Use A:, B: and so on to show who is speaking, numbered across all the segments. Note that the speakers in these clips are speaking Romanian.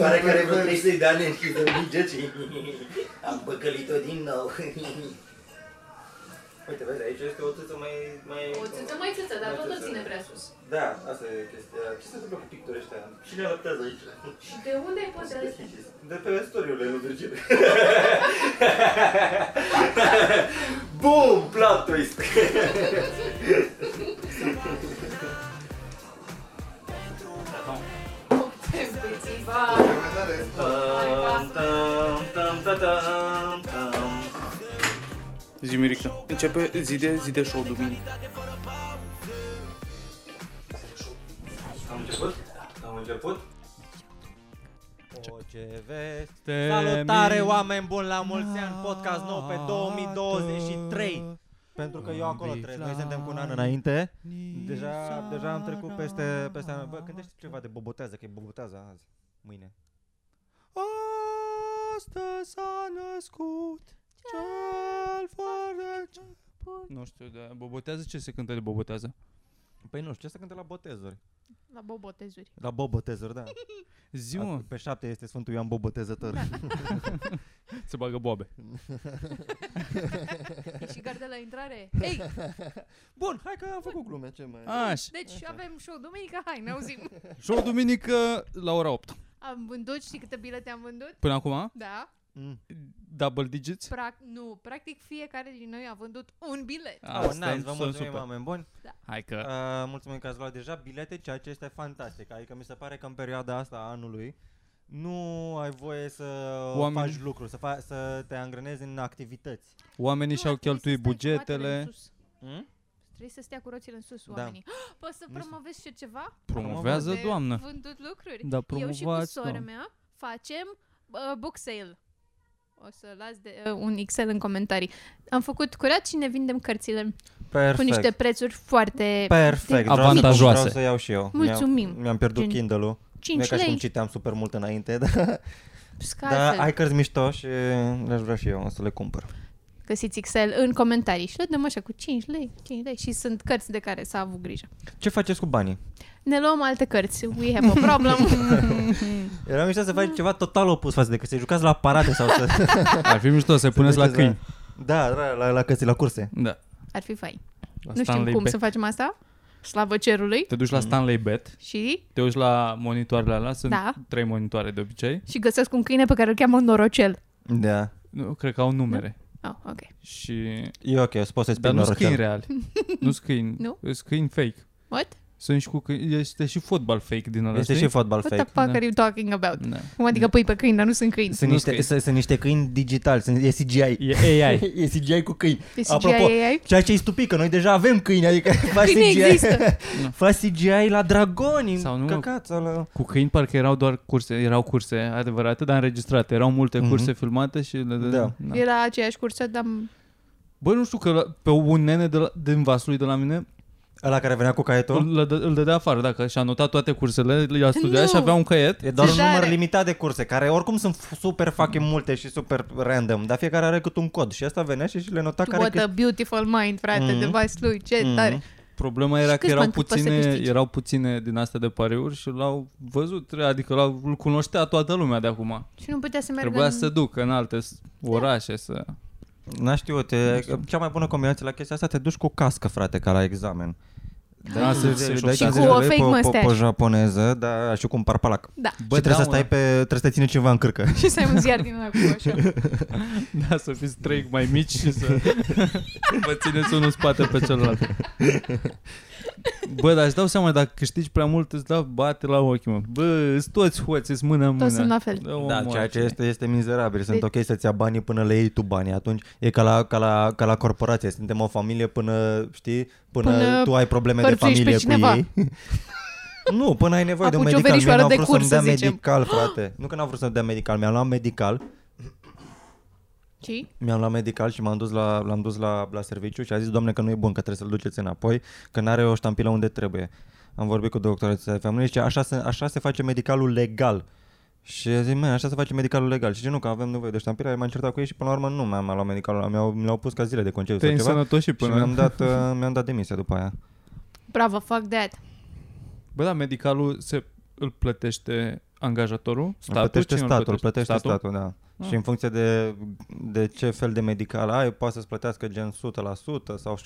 A: Pare că are vreo 300 de ani în chiză mingece. Am păcălit-o din nou. Uite, vezi, aici este o țâță mai... mai
B: O țâță mai țâță, dar
A: mai
B: tot o
A: țâță.
B: ține prea sus.
A: Da, asta e chestia. Ce se întâmplă cu pictorii ăștia? Cine adaptează aici?
B: Și de unde ai pozele astea?
A: De pe storiurile lui Virgil. Bum! Plot twist!
B: Putem puțiva.
A: Tam, tam, tam, tam, tam, tam.
C: Zi, Mirica. Începe zi de, zi de show duminică.
A: Am început? Am început?
D: O, ce veste
E: Salutare
D: minunată.
E: oameni buni la mulți ani, podcast nou pe 2023 Pentru că eu acolo trec, noi suntem cu un an înainte Deja, deja am trecut peste, peste an Bă, gândește ceva de bobotează, că e bobotează azi, mâine Astăzi s-a născut cel fără ce-
C: Nu știu, de bobotează ce se cântă de bobotează?
E: Păi nu știu, ce se cântă la botezuri
F: La bobotezuri.
E: La bobotezuri, da
C: Zi, mă.
E: Pe șapte este Sfântul Ioan Bobotezător
C: Se bagă boabe.
F: E și gard de la intrare. Ei,
E: Bun, hai că am făcut
D: Cu glume, ce mai...
C: Așa.
F: deci avem show duminică, hai, ne auzim.
C: Show duminică la ora 8.
F: Am vândut, știi câte bilete am vândut?
C: Până acum,
F: Da.
E: Mm.
C: double digits.
F: Prac, nu, practic fiecare din noi a vândut un bilet.
E: Oh, nice,
C: sunt-
E: vă
C: sunt
E: mulțumim
C: super.
E: oameni buni
C: Hai că...
E: Uh, mulțumim că ați luat deja bilete, ceea ce este fantastic. Adică mi se pare că în perioada asta a anului nu ai voie să
C: Oamenii-
E: faci lucru, să, fa- să te angrenezi în activități.
C: Oamenii
F: Nu,
C: și-au
F: ar trebui să
C: cheltuit
F: stai cu roțile în
C: bugetele.
F: sus.
E: Mm?
F: Trebuie să stea cu roțile în sus
E: Da.
F: oamenii. Poți să
E: Nu știu.
F: promovezi și ceva?
C: Promovează,
F: De
C: doamnă.
F: Vândut lucruri.
C: Da,
F: Eu și cu
C: promovați,
F: sora
C: doamnă.
F: mea facem uh, book sale. O să las de, uh, un Excel în comentarii. Am făcut curat și ne vindem cărțile
E: Perfect. Păi,
F: cu niște prețuri foarte...
E: Perfect. Vreau să-
C: Avantajoase.
E: Vreau să iau și eu.
F: Mulțumim.
E: Mi-am, mi-am pierdut
F: Gen-
E: Kindle-ul. Nu e
F: 5
E: ca și cum
F: lei.
E: citeam super mult înainte, dar,
F: Scarfel.
E: dar Da, ai cărți mișto și le-aș vrea și eu o să le cumpăr.
F: Găsiți Excel în comentarii și le dăm așa cu 5 lei, 5 lei și sunt cărți de care s-a avut grijă.
E: Ce faceți cu banii?
F: Ne luăm alte cărți. We have a problem.
E: Era mișto să
F: Ah.
E: faci ceva total opus față de că să jucați la parate sau să...
C: Ar fi mișto să-i puneți la
E: duceți
C: câini.
E: Da, la, la, la cății, la curse.
C: Da.
F: Ar fi fain.
C: La
F: nu știm
C: Stanley
F: cum
C: Bet.
F: să facem asta. Slavă cerului.
C: Te duci la Stanley Bet,
F: Și,
C: te uiți la monitoarele alea, sunt
F: Da.
C: trei monitoare de obicei.
F: și găsesc un câine pe care îl cheamă Norocel.
E: Da.
C: Nu, cred că au numere.
F: Oh, ok.
C: Și...
E: E ok, o să poți să-i spui
C: Dar nu sunt
E: norocel.
C: câini reali. Nu sunt câini.
F: Nu?
C: Sunt câini fake.
F: What?
C: Sunt și cu câini. Este și fotbal fake din ăla,
E: Este
C: știi?
E: și fotbal
F: What
E: fake.
F: the fuck
C: Da.
F: are you talking about?
C: Da.
F: Cum adică pui pe câini, dar nu sunt câini.
E: Sunt
C: Nu
E: niște,
C: scrie.
E: sunt, sunt niște câini digitali, sunt, e CGI.
C: E AI.
E: e CGI cu câini.
F: Pe CGI
E: Apropo,
F: AI?
E: ceea ce e stupid, că noi deja avem câini, adică faci
F: Câinii
E: CGI.
F: există.
E: faci CGI la dragoni,
C: Sau nu,
E: în
C: mă.
E: căcat, sau la...
C: Cu câini parcă erau doar curse, erau curse adevărate, dar înregistrate. Erau multe
E: Mhm.
C: curse filmate și le
E: Da.
F: Era aceeași cursă, dar
C: Bă, nu știu că la- pe un nene de la, din Vaslui de la mine
E: Ăla care venea cu caietul?
C: îl, dă- îl dădea afară, dacă și-a notat toate cursele, le-a studiat
F: Nu!
C: și avea un caiet.
E: E doar un
F: Ce
E: număr
F: tare!
E: limitat de curse, care oricum sunt f- super fucking multe și super random, dar fiecare are cât un cod și asta venea și, și le nota care...
F: what a beautiful mind, frate,
C: Mm.
E: Mhm.
F: de Vaslui, ce
E: Mhm.
F: tare.
C: Problema
F: Și
C: era că
F: câți
C: erau
F: bani cât poți să
C: puține,
F: câștigi?
C: erau puține din astea de pariuri și l-au văzut, adică l-au, îl cunoștea toată lumea de acum.
F: Și nu putea să meargă
C: Trebuia
F: în... Da.
C: să se ducă în alte s- orașe să...
E: N-a știut, e, cea mai bună combinație la chestia asta, te duci cu o cască, frate, ca la examen.
C: Da, se-
E: dai
C: se
E: 50
C: șochează.
E: de
F: Și cu o
E: lei pe-
F: fake
E: pe-
F: mustache.
E: Pe japoneză, da, și cu un parpalac.
F: Da.
E: Bă, și trebuie
C: da,
E: să
C: mă.
E: stai pe, trebuie să te ține ceva în cârcă.
F: Și să ai un ziar din ăla cu așa.
C: Da, să fiți trei mai mici și să vă țineți unul în spate pe celălalt. Bă, dar îți dau seama, dacă câștigi prea mult, îți dau bate la ochi, mă. Bă, îți toți hoți, îți mână mână.
F: sunt la fel.
C: Dă-o
E: Da,
C: mă,
E: ceea ce este, este mizerabil. Sunt
F: Deci-
E: ok să-ți ia banii până le iei tu banii. Atunci e ca la, ca la, ca la corporație. Suntem o familie până, știi, până,
F: Până
E: tu ai probleme de
F: hărțuiești
E: familie
F: pe
E: cu
F: cineva.
E: ei. nu, până ai nevoie de un
F: Apuci o
E: medical. Mie
F: verișoară
E: n-au
F: de
E: vrut
F: curs,
E: să-mi
F: să
E: dea
F: zicem.
E: medical, frate. Nu că n-am vrut să-mi dea medical, mi-am luat medical.
F: Și?
E: Mi-am luat medical și m-am dus la, l-am dus la, la serviciu și a zis, doamne, că nu e bun, că trebuie să-l duceți înapoi, că n-are o ștampilă unde trebuie. Am vorbit cu doctorul de familie și așa se, așa se face medicalul legal. Și a zis, mă, așa se face medicalul legal. Și zice, nu, că avem nevoie de ștampilă, m-am certat cu ei și până la urmă nu mi-am luat medicalul, mi-au, mi-au pus ca zile de concediu
C: Te-ai
E: sau ceva.
C: însănătoșit
E: Și
C: până...
E: mi-am dat, uh, mi-am dat demisia după aia.
F: Bravo, fuck that.
C: Bă, da, medicalul se, îl plătește angajatorul, statul,
E: Statul, plătește
C: cine îl
E: statul, plătește statul, statul da.
C: Ah.
E: Ah. Și în funcție de, de ce fel de medical ai, poate să-ți plătească gen 100% sau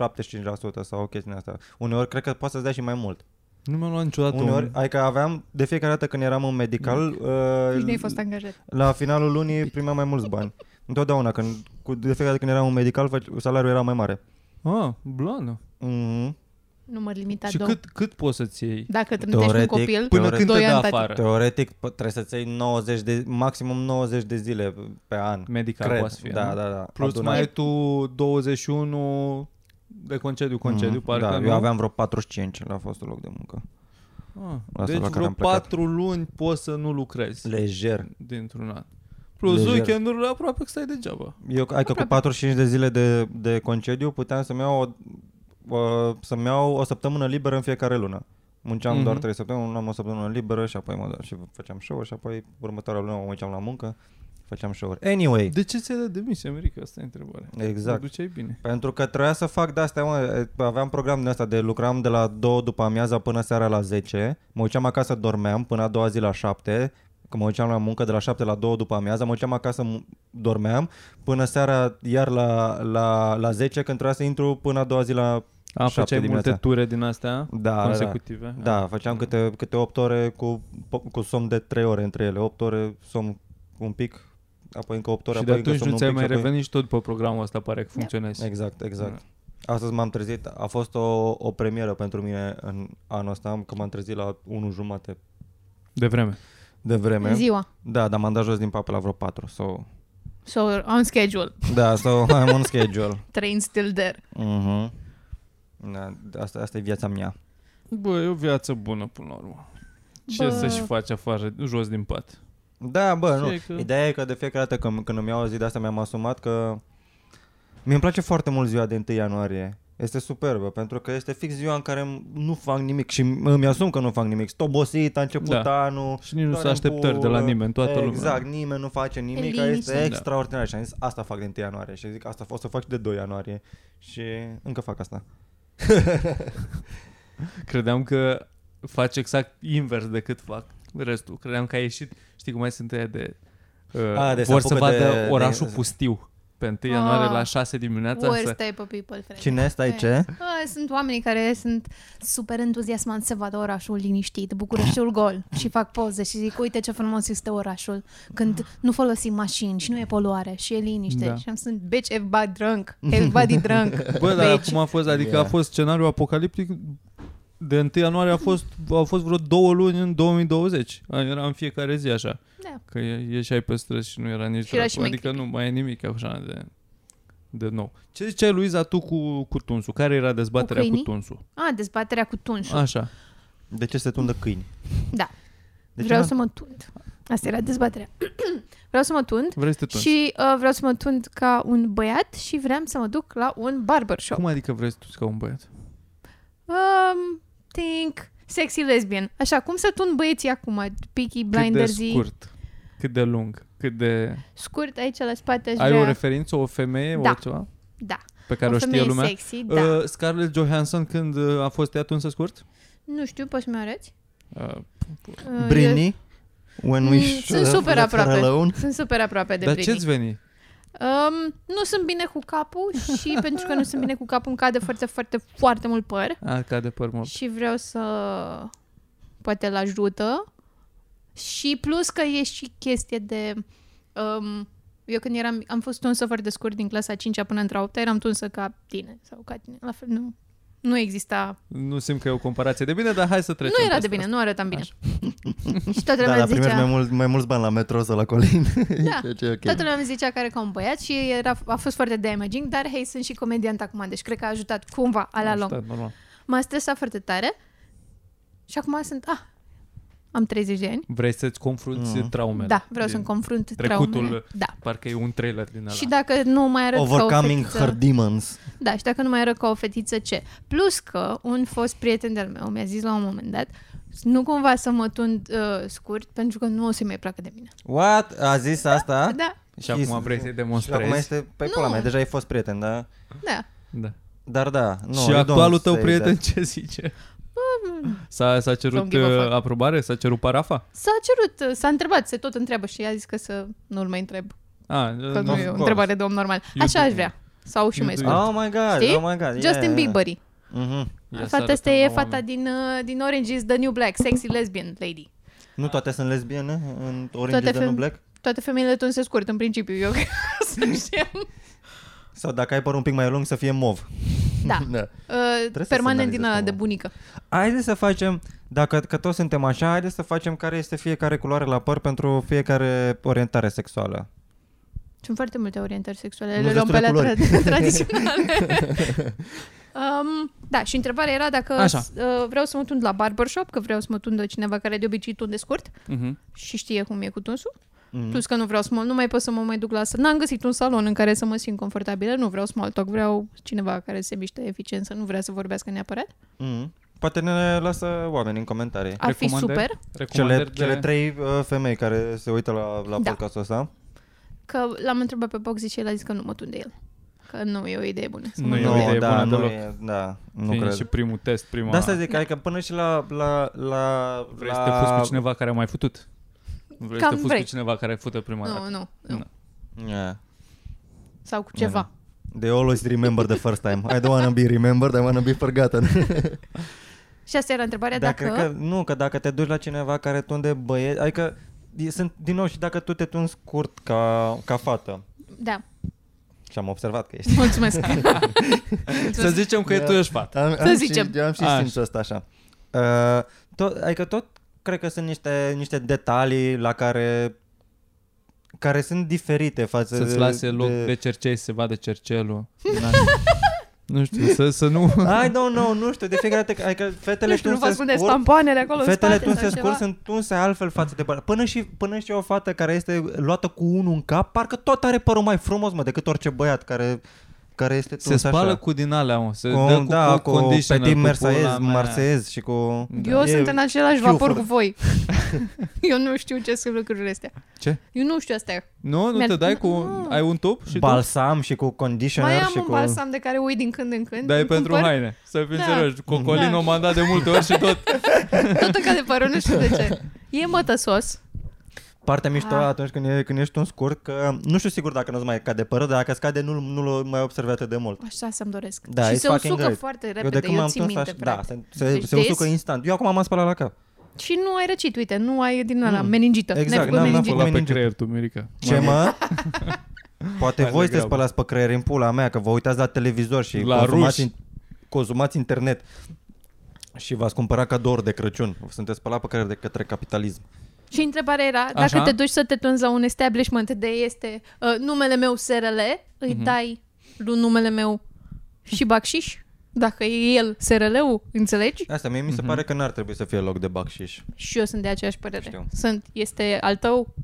E: 75% sau chestia asta. Uneori cred că poate să-ți dea și mai mult.
C: Nu mi-am luat niciodată
E: Uneori,
C: un...
E: adică aveam, de fiecare dată când eram în medical,
F: Nici nu ai
E: uh,
F: fost angajat.
E: la finalul lunii primeam mai mulți bani. Întotdeauna, când, cu, de fiecare dată când eram în medical, fă- salariul era mai mare.
C: Ah, blană.
E: Mm-hmm.
F: Număr limitat
C: Și
F: două.
C: cât, cât poți să-ți iei?
F: Dacă trâmitești un
E: Teoretic,
F: copil,
C: Până când te
F: doi
C: dă
F: ani tati.
C: afară.
E: Teoretic, p- trebuie să-ți iei 90 de, maximum 90 de zile pe an.
C: Medical
E: Cred,
C: poate să fie,
E: da,
C: nu?
E: da, da.
C: Plus
E: Adunat.
C: mai ai tu 21 de concediu, concediu,
E: Mhm,
C: parcă
E: da,
C: nu?
E: eu aveam vreo 45 la fostul loc de muncă.
C: Ah,
E: la
C: deci
E: care
C: vreo
E: am plecat.
C: 4 luni poți să nu lucrezi
E: Lejer.
C: dintr-un an. Plus
E: Lejer.
C: weekendurile aproape că stai degeaba.
E: Eu, adică cu 45 de zile de, de concediu puteam să-mi iau, o, o, să-mi iau o săptămână liberă în fiecare lună. Munceam
C: Mhm.
E: mm-hmm. doar 3 săptămâni, luam o săptămână liberă și apoi mă duceam și făceam show și apoi următoarea lună mă duceam la muncă, făceam show-uri. Anyway,
C: De ce ți-ai dat demisia, Mirica? Asta e întrebarea.
E: exact.
C: Te duceai bine.
E: Pentru că trebuia să fac de-astea, mă, aveam program din asta de lucram de la 2 după amiaza până seara la 10, mă duceam acasă, dormeam până a doua zi la 7, că mă duceam la muncă de la 7 la 2 după amiaza, mă duceam acasă, m- dormeam, până seara iar la, la, la 10 când trebuia să intru până a doua zi la...
C: A,
E: Șapte
C: făceai multe
E: dimineața.
C: ture din astea
E: Da, da,
C: consecutive?
E: da, făceam câte, câte 8 ore cu, po- cu somn de 3 ore între ele, 8 ore somn un pic, apoi încă 8 ore,
C: Și de
E: apoi încă
C: atunci
E: somn
C: nu
E: un
C: ți-ai
E: pic
C: mai
E: și apoi...
C: revenit și tot pe programul ăsta pare că funcționezi.
E: Exact, exact. Astăzi m-am trezit, a fost o, o premieră pentru mine în anul ăsta, că m-am trezit la 1 jumate
C: De vreme.
E: de vreme.
F: Ziua.
E: Da, dar m-am dat jos din papă la vreo 4. So.
F: So, on schedule.
E: Da, so I'm on schedule.
F: Train still there.
E: Mhm. Da, asta, asta e viața mea.
C: Bă, e o viață bună până la urmă. Ce
F: Bă.
C: să-și faci afară, jos din pat?
E: Da, bă,
C: Și
E: nu.
C: e că-
E: Ideea e că de fiecare dată când, când îmi iau o zi de asta mi-am asumat că mi îmi place foarte mult ziua de 1 ianuarie. Este superbă, pentru că este fix ziua în care m- nu fac nimic și îmi asum că nu fac nimic. Sunt obosit, a început
C: Da.
E: da. anul.
C: Și nici nu
E: doar
C: sunt
E: în
C: așteptări de la
E: pulă.
C: nimeni, toată lumea.
E: Exact, nimeni nu face nimic,
F: liniște.
E: este
F: Da.
E: extraordinar. Și am zis, asta fac de 1 ianuarie. Și zic, asta o să fac și de 2 ianuarie. Și încă fac asta.
F: Păi,
C: Credeam că faci exact invers decât fac restul. Credeam că ai ieșit, știi cum mai sunt aia de... Uh,
E: A, de se
C: vor să
E: apucă de-
C: vadă
E: de-
C: orașul pustiu pe 1 ianuarie
F: Ah.
C: la 6 dimineața.
F: Worst
C: Să...
F: type of people, Fred.
E: Cine stai ce?
F: Ah, Sunt oamenii care sunt super entuziasmați să vadă orașul liniștit, Bucureștiul gol și fac poze și zic uite ce frumos este orașul când nu folosim mașini și nu e poluare și e liniște.
C: Da.
F: Da. Și am sunt bitch, everybody drunk, everybody drunk.
C: Bă, dar
F: bitch."
C: acum a fost, adică a
E: Yeah.
C: fost scenariul apocaliptic de 1 ianuarie a fost, au fost vreo două luni în 2020. A, Era în fiecare zi așa.
F: Da.
C: Că ie- ieșeai pe străzi și nu era nici
F: Și era
C: dracu.
F: și mai
C: Adică nu mai e nimic așa de, de nou. Ce ziceai, Luiza, tu cu, cu tunsul? Care era dezbaterea cu,
F: câinii?
C: tunsul?
F: A, dezbaterea cu tunșul.
C: Așa.
E: De ce se tundă câini?
F: Da.
C: deci
E: De ce
F: Vreau
E: nu?
F: să mă tund. Asta era dezbaterea. Vreau să mă tund
C: Vrei să te tunzi?
F: și uh, vreau să mă tund ca un băiat și vreau să mă duc la un barbershop.
C: Cum adică vrei să tu ca un băiat?
F: Um, think sexy lesbian. Așa, cum se tun băieții acum? Peaky
C: Cât de
F: blinders
C: scurt? Cât de lung? Cât de...
F: scurt aici la spate aș
C: Ai
F: vrea...
C: o referință, o femeie,
F: Da.
C: o ceva
F: da.
C: pe care o,
F: o
C: știe
F: femeie
C: lumea?
F: sexy, da. Uh...
C: Uh, Scarlett Johansson când uh, a fost ea tunsă scurt?
F: Nu știu, poți să-mi arăți?
C: Uh,
F: Uh, eu-
E: Britney? When we
F: Mm,
E: should
F: sunt
E: have
F: super
E: left her
F: aproape.
E: alone?
F: Sunt super aproape de
C: dar
F: Britney.
C: ce-ți veni?
F: Um, nu sunt bine cu capul și pentru că nu sunt bine cu capul îmi cade foarte, foarte, foarte mult păr.
C: A, cade păr mort.
F: Și vreau să poate îl ajută. Și plus că e și chestie de... Um, eu când eram, am fost tunsă foarte scurt din clasa 5 până într-a 8 eram tunsă ca tine sau ca tine. La fel, nu, nu exista...
C: Nu simt că e o comparație de bine, dar hai să trecem.
F: nu era de
C: peste
F: bine,
C: asta.
F: nu arătam bine.
C: Așa.
F: și toată
E: Da,
F: lumea
E: dar
F: îmi
E: primești
F: zicea...
E: mai, mult, mai mulți bani la metro sau la Colin.
F: Da.
E: Ceea ce e ok.
F: Toată lumea îmi zicea că are ca un băiat și era, a fost foarte damaging, dar hei, sunt și comediant acum, deci cred că a ajutat cumva ala
C: Așa,
F: lung.
C: normal.
F: M-a stresat foarte tare și acum sunt, ah, am 30 de ani,
C: Vrei să-ți confrunți
E: Mhm.
C: traumele.
F: Da, vreau
C: din-
F: să-mi confrunt
C: trecutul-
F: traumele. Da.
C: Parcă e un trailer din ăla.
F: Și dacă nu mai arăt
E: Overcoming
F: ca o
E: her
F: fetiță,
E: demons.
F: Da, și dacă nu mai arăt ca o fetiță, ce? Plus că un fost prieten de-al meu mi-a zis la un moment dat nu cumva să mă tund uh, scurt pentru că nu o să mai placă de mine.
E: What? A zis asta?
F: Da,
C: Și acum vrei să-i
E: Și acum
C: demonstrezi.
E: este pe
F: Nu.
E: pula mea, deja ai fost prieten, da?
F: da.
C: Da.
E: Dar da, nu,
C: și
E: you
C: actualul
E: don't
C: tău
E: say
C: prieten
E: that.
C: ce zice?
F: Bă,
C: S-a, s-a cerut
F: Don't give a
C: uh,
F: fuck.
C: aprobare? S-a cerut parafa?
F: S-a cerut, s-a întrebat, se tot întreabă și i-a zis că să nu-l mai întreb.
C: Ah,
F: Că nu
E: Of
F: e o
E: course.
F: întrebare de om normal. Așa
C: YouTube.
F: aș vrea. Sau și mai
C: YouTube.
F: scurt.
E: Oh my god,
F: Știi?
E: oh my god.
F: Justin Bieber.
E: Mhm.
F: Fata asta e fata din, uh, din Orange is the New Black, sexy lesbian lady.
E: Nu toate sunt lesbiene în Orange
F: Toate
E: is the New
F: fem-
E: Black?
F: Toate femeile tun se scurt, în principiu, eu cred că să știam.
E: Sau dacă ai părul un pic mai lung să fie mov.
F: Da.
E: da.
F: Uh,
E: să
F: permanent din
E: semnalizez
F: ala de
E: cumva.
F: bunică.
E: Haideți să facem, dacă că toți suntem așa, haideți să facem care este fiecare culoare la păr pentru fiecare orientare sexuală.
F: Sunt foarte multe orientări sexuale,
E: Nu
F: le
E: sunt
F: luăm pe alea
E: destule
F: tra- tradiționale. um, da, și întrebarea era dacă
C: Așa.
F: s- Uh, vreau să mă tund la barbershop, că vreau să mă tundă cineva care de obicei tunde scurt
C: Uh-huh.
E: Mhm.
F: și știe cum e cu tunsul. Mm. Plus că nu vreau să mă, nu mai pot să mă mai duc la salon. N-am găsit un salon în care să mă simt confortabilă, nu vreau small talk, vreau cineva care se miște eficient, să nu vrea să vorbească neapărat.
C: Mhm.
E: Mm. Poate ne lasă oamenii în comentarii.
F: Ar fi
C: Recomandări?
F: super
E: Cele,
C: Recomandări
E: de... cele
C: de-
E: trei uh, femei care se uită la, la
F: Da.
E: podcastul ăsta.
F: că l-am întrebat pe Boxy și el a zis că nu mă tunde el. Că nu e o idee bună. Să
C: Nu
F: mă
C: e
F: tund
C: o
F: eu.
C: idee.
E: da,
C: bună
E: nu
C: deloc.
E: e, da, nu
C: Fiind
E: cred.
C: și primul test, prima...
E: Da, asta zic, adică până și la... la, la
C: Vrei
E: la...
C: să te fuzi cu cineva care a mai futut? Vrei
F: Cam
C: să te fuzi
F: vrei.
C: cu cineva care fută prima
F: Nu,
C: dată?
F: nu, nu.
C: Nu.
E: Yeah.
F: Sau cu ceva.
E: They always remember the first time. I don't want to be remembered, I want to be forgotten.
F: Și asta era întrebarea
E: Da,
F: dacă...
E: cred că, nu, că dacă te duci la cineva care tunde băieți, adică e- sunt, din nou, și dacă tu te tunzi scurt ca, ca fată,
F: Da,
E: și am observat că ești.
F: mulțumesc.
C: Să zicem că e tu ești fata.
E: Am,
F: Să zicem.
E: Și, am și
C: Așa.
E: simțul ăsta așa. Uh, tot, adică tot cred că sunt niște, niște detalii la care care sunt diferite față
C: Să-ți
E: de-
C: lase loc de cercei să se vadă cercelul. Nu știu, să, să nu...
E: I don't know, nu știu, de fiecare dată, adică fetele
F: nu știu, nu vă
E: tunse
F: spuneți
E: scurt,
F: tampoanele acolo
E: Fetele
F: în spate
E: tunse
F: sau
E: scurt
F: ceva.
E: sunt tunse altfel față de bărbați. Până și, până și o fată care este luată cu unul în cap, parcă tot are părul mai frumos, mă, decât orice băiat care, care este tuns
C: Se spală
E: așa.
C: cu din alea, mă. Se
E: cu,
C: dă cu,
E: da, cu,
C: conditioner,
E: Petit
C: cu
E: Mersaez,
C: pula mea.
E: Marseez și cu...
F: Da. Eu
E: Da, E-
F: sunt în același vapor
E: chiufuri.
F: cu voi. Eu nu știu ce sunt lucrurile astea.
C: Ce?
F: Eu nu știu astea.
C: Nu, nu
F: Mi-ar-
C: te dai cu...
F: Nu.
C: Ai un top și tu?
E: balsam și cu conditioner
F: Mai am
E: și
F: un
E: cu...
F: balsam de care uit din când în când.
C: Dar e
F: Îmi
C: pentru
F: cumpăr
C: haine. Să fim
F: Da.
C: serioși. Cocolin
F: Da.
C: o manda de multe ori și tot.
F: Tot în de părul, nu știu de ce. E mătăsos.
E: Partea mișto
F: Ah.
E: atunci când, e, când ești un scurt, că nu știu sigur dacă nu-ți mai cade părul, dar dacă îți cade nu, nu-l mai observi atât de mult.
F: Așa să-mi doresc.
E: Da,
F: și
E: it's
F: se
E: fucking
F: usucă
E: great.
F: foarte repede,
E: eu de când m-am
F: țin
E: tuns
F: minte,
E: așa, da,
F: practic.
E: se, se,
F: Deci
E: se
F: vezi?
E: usucă instant. Eu acum m-am spălat la cap.
F: Și nu ai răcit, uite, nu ai din ăla, mm. meningită.
E: Exact,
F: N-ai făcut
E: n-am- n-am
F: meningită.
E: făcut.
C: Pula pe
E: Mănânci.
C: creier tu, Mirica.
E: Ce mă? Poate
C: Hai,
E: voi
C: degrabă.
E: te spălați pe creier în pula mea, că vă uitați la televizor și
C: La
E: consumați,
C: ruși.
E: consumați internet. Și v-ați cumpărat cadouri de Crăciun. Sunteți spălat pe creier de către capitalism.
F: Și întrebarea era, dacă
C: Așa.
F: te duci să te tunzi la un establishment de este uh, numele meu SRL, îi
E: Mhm.
F: dai lui numele meu și bacșiș? Dacă e el SRL-ul, înțelegi?
E: Asta mie mi
C: Mhm.
E: se pare că n-ar trebui să fie loc de bacșiș.
F: Și eu sunt de aceeași părere.
E: Știu.
F: Sunt, este al tău,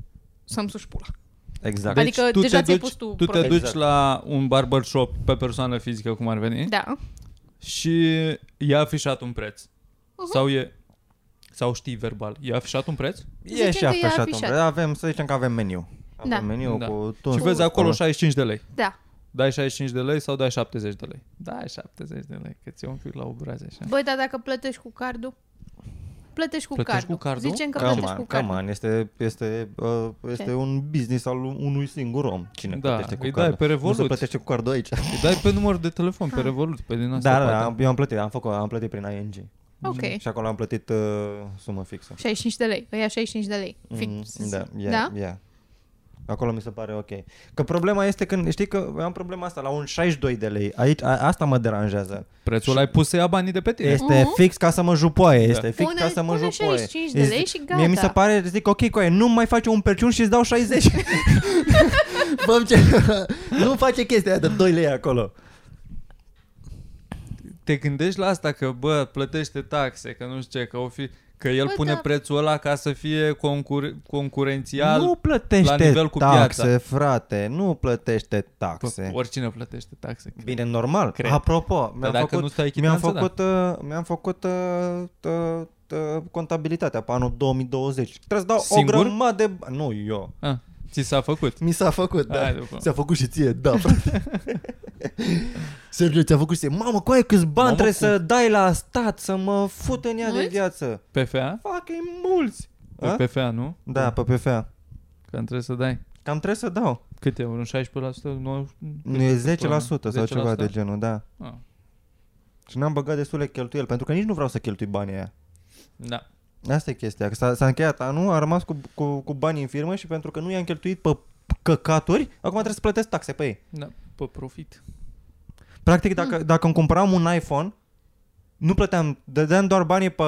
F: să-mi suși pula.
E: Exact.
F: Adică
C: tu
F: deja
C: te
F: ți-ai
C: duci,
F: pus tu
C: tu te
F: profil.
C: duci
E: Exact.
C: la un barbershop pe persoană fizică, cum ar veni,
F: Da.
C: și e afișat un preț.
F: Uh-huh.
C: Sau e sau știi verbal. E afișat un preț?
E: E și
F: Zicem că e
E: afișat.
F: afișat.
E: ombre. Avem, să zicem că avem meniu. Avem
F: Da.
E: meniu
C: Da.
E: cu tuns.
C: și vezi acolo
E: cu-
C: 65 de lei.
F: Da.
C: Dai 65 de lei sau dai 70 de lei? Dai 70 de lei, că ți-e un pic la obraze așa.
E: Da.
F: Băi, dar dacă plătești cu cardul? Plătești cu
C: Plătești
F: cardul.
C: cu cardul?
F: Zicem că
E: Come
F: plătești
E: on,
F: cu
E: come
F: cardul.
E: on, este, este, uh, este
F: Ce?
E: un business al unui singur om. Cine
C: Da,
E: plătește cu
C: îi dai
E: cardul?
C: pe
E: Nu se
C: Revolut.
E: plătește cu cardul aici.
C: Îi dai pe număr de telefon,
F: Ah.
C: pe Revolut, pe din asta.
E: Da, da,
C: poate.
E: da, am- eu am plătit, am făcut, am plătit prin ING.
F: Ok.
E: Și acolo am plătit uh, sumă fixă.
F: 65 de lei. Ăia 65 de lei. Fix.
E: Mm, da, yeah,
F: da?
E: Yeah. Acolo mi se pare ok. Că problema este când, știi că eu am problema asta la un 62 de lei. Aici, a, asta mă deranjează.
C: Prețul ai pus să ia banii de pe tine.
E: Este uh-huh. fix ca să mă jupoaie, este fix
F: Pune-
E: ca să mă
F: pune
E: jupoaie.
F: 65 de lei și
E: Mie mi
F: gata.
E: se pare, zic, ok, coaie, nu mai face un perciun și îți dau 60. Bă, ce... nu face chestia aia de 2 lei acolo.
C: Te gândești la asta că, bă, plătește taxe, că nu știu ce, că o fi că el
F: Bă,
C: pune
F: da.
C: prețul ăla ca să fie concur- concurențial.
E: nu plătește
C: la nivel cu
E: taxe,
C: piața.
E: frate, nu plătește taxe.
C: Bă, oricine plătește taxe. cred.
E: păi. Bine, normal.
C: Cred.
E: Apropo, mi-am
C: dacă
E: făcut,
C: nu stai
E: mi-am
C: chitanță, da.
E: făcut, da. mi-am făcut uh, uh, uh, contabilitatea pe anul 2020. Trebuie să dau
C: Singur?
E: o grămadă de... ba- Nu, eu.
C: Ah. Ți s-a făcut.
G: Mi s-a făcut, da.
C: Haide, bă.
G: Ți-a făcut și ție, da, frate. Sergiu, ți-a făcut și ție. Mamă, coaie, câți bani
E: Mamă,
G: trebuie
E: cum-
G: să dai la stat să mă fut în ea de
F: Mulți?
G: viață.
C: PFA?
E: Fucking mulți. A?
C: Pe PFA, nu?
E: Da, pe PFA.
C: Că trebuie să dai.
E: Cam trebuie să dau.
C: Cât e? Un 16%? Nu,
E: Nu e 10% sau ceva de genul, da.
C: Ah.
E: Și n-am băgat destule cheltuieli, pentru că nici nu vreau să cheltui banii aia.
C: Da.
E: Asta e chestia, că s-a, s-a încheiat anul, a rămas cu, cu, cu banii în firmă și pentru că nu i-am cheltuit pe căcaturi, acum trebuie să plătesc taxe pe ei.
C: Da, pe profit.
E: Practic, dacă,
C: Hmm.
E: dacă îmi cumpăram un iPhone, nu plăteam, dădeam doar banii pe,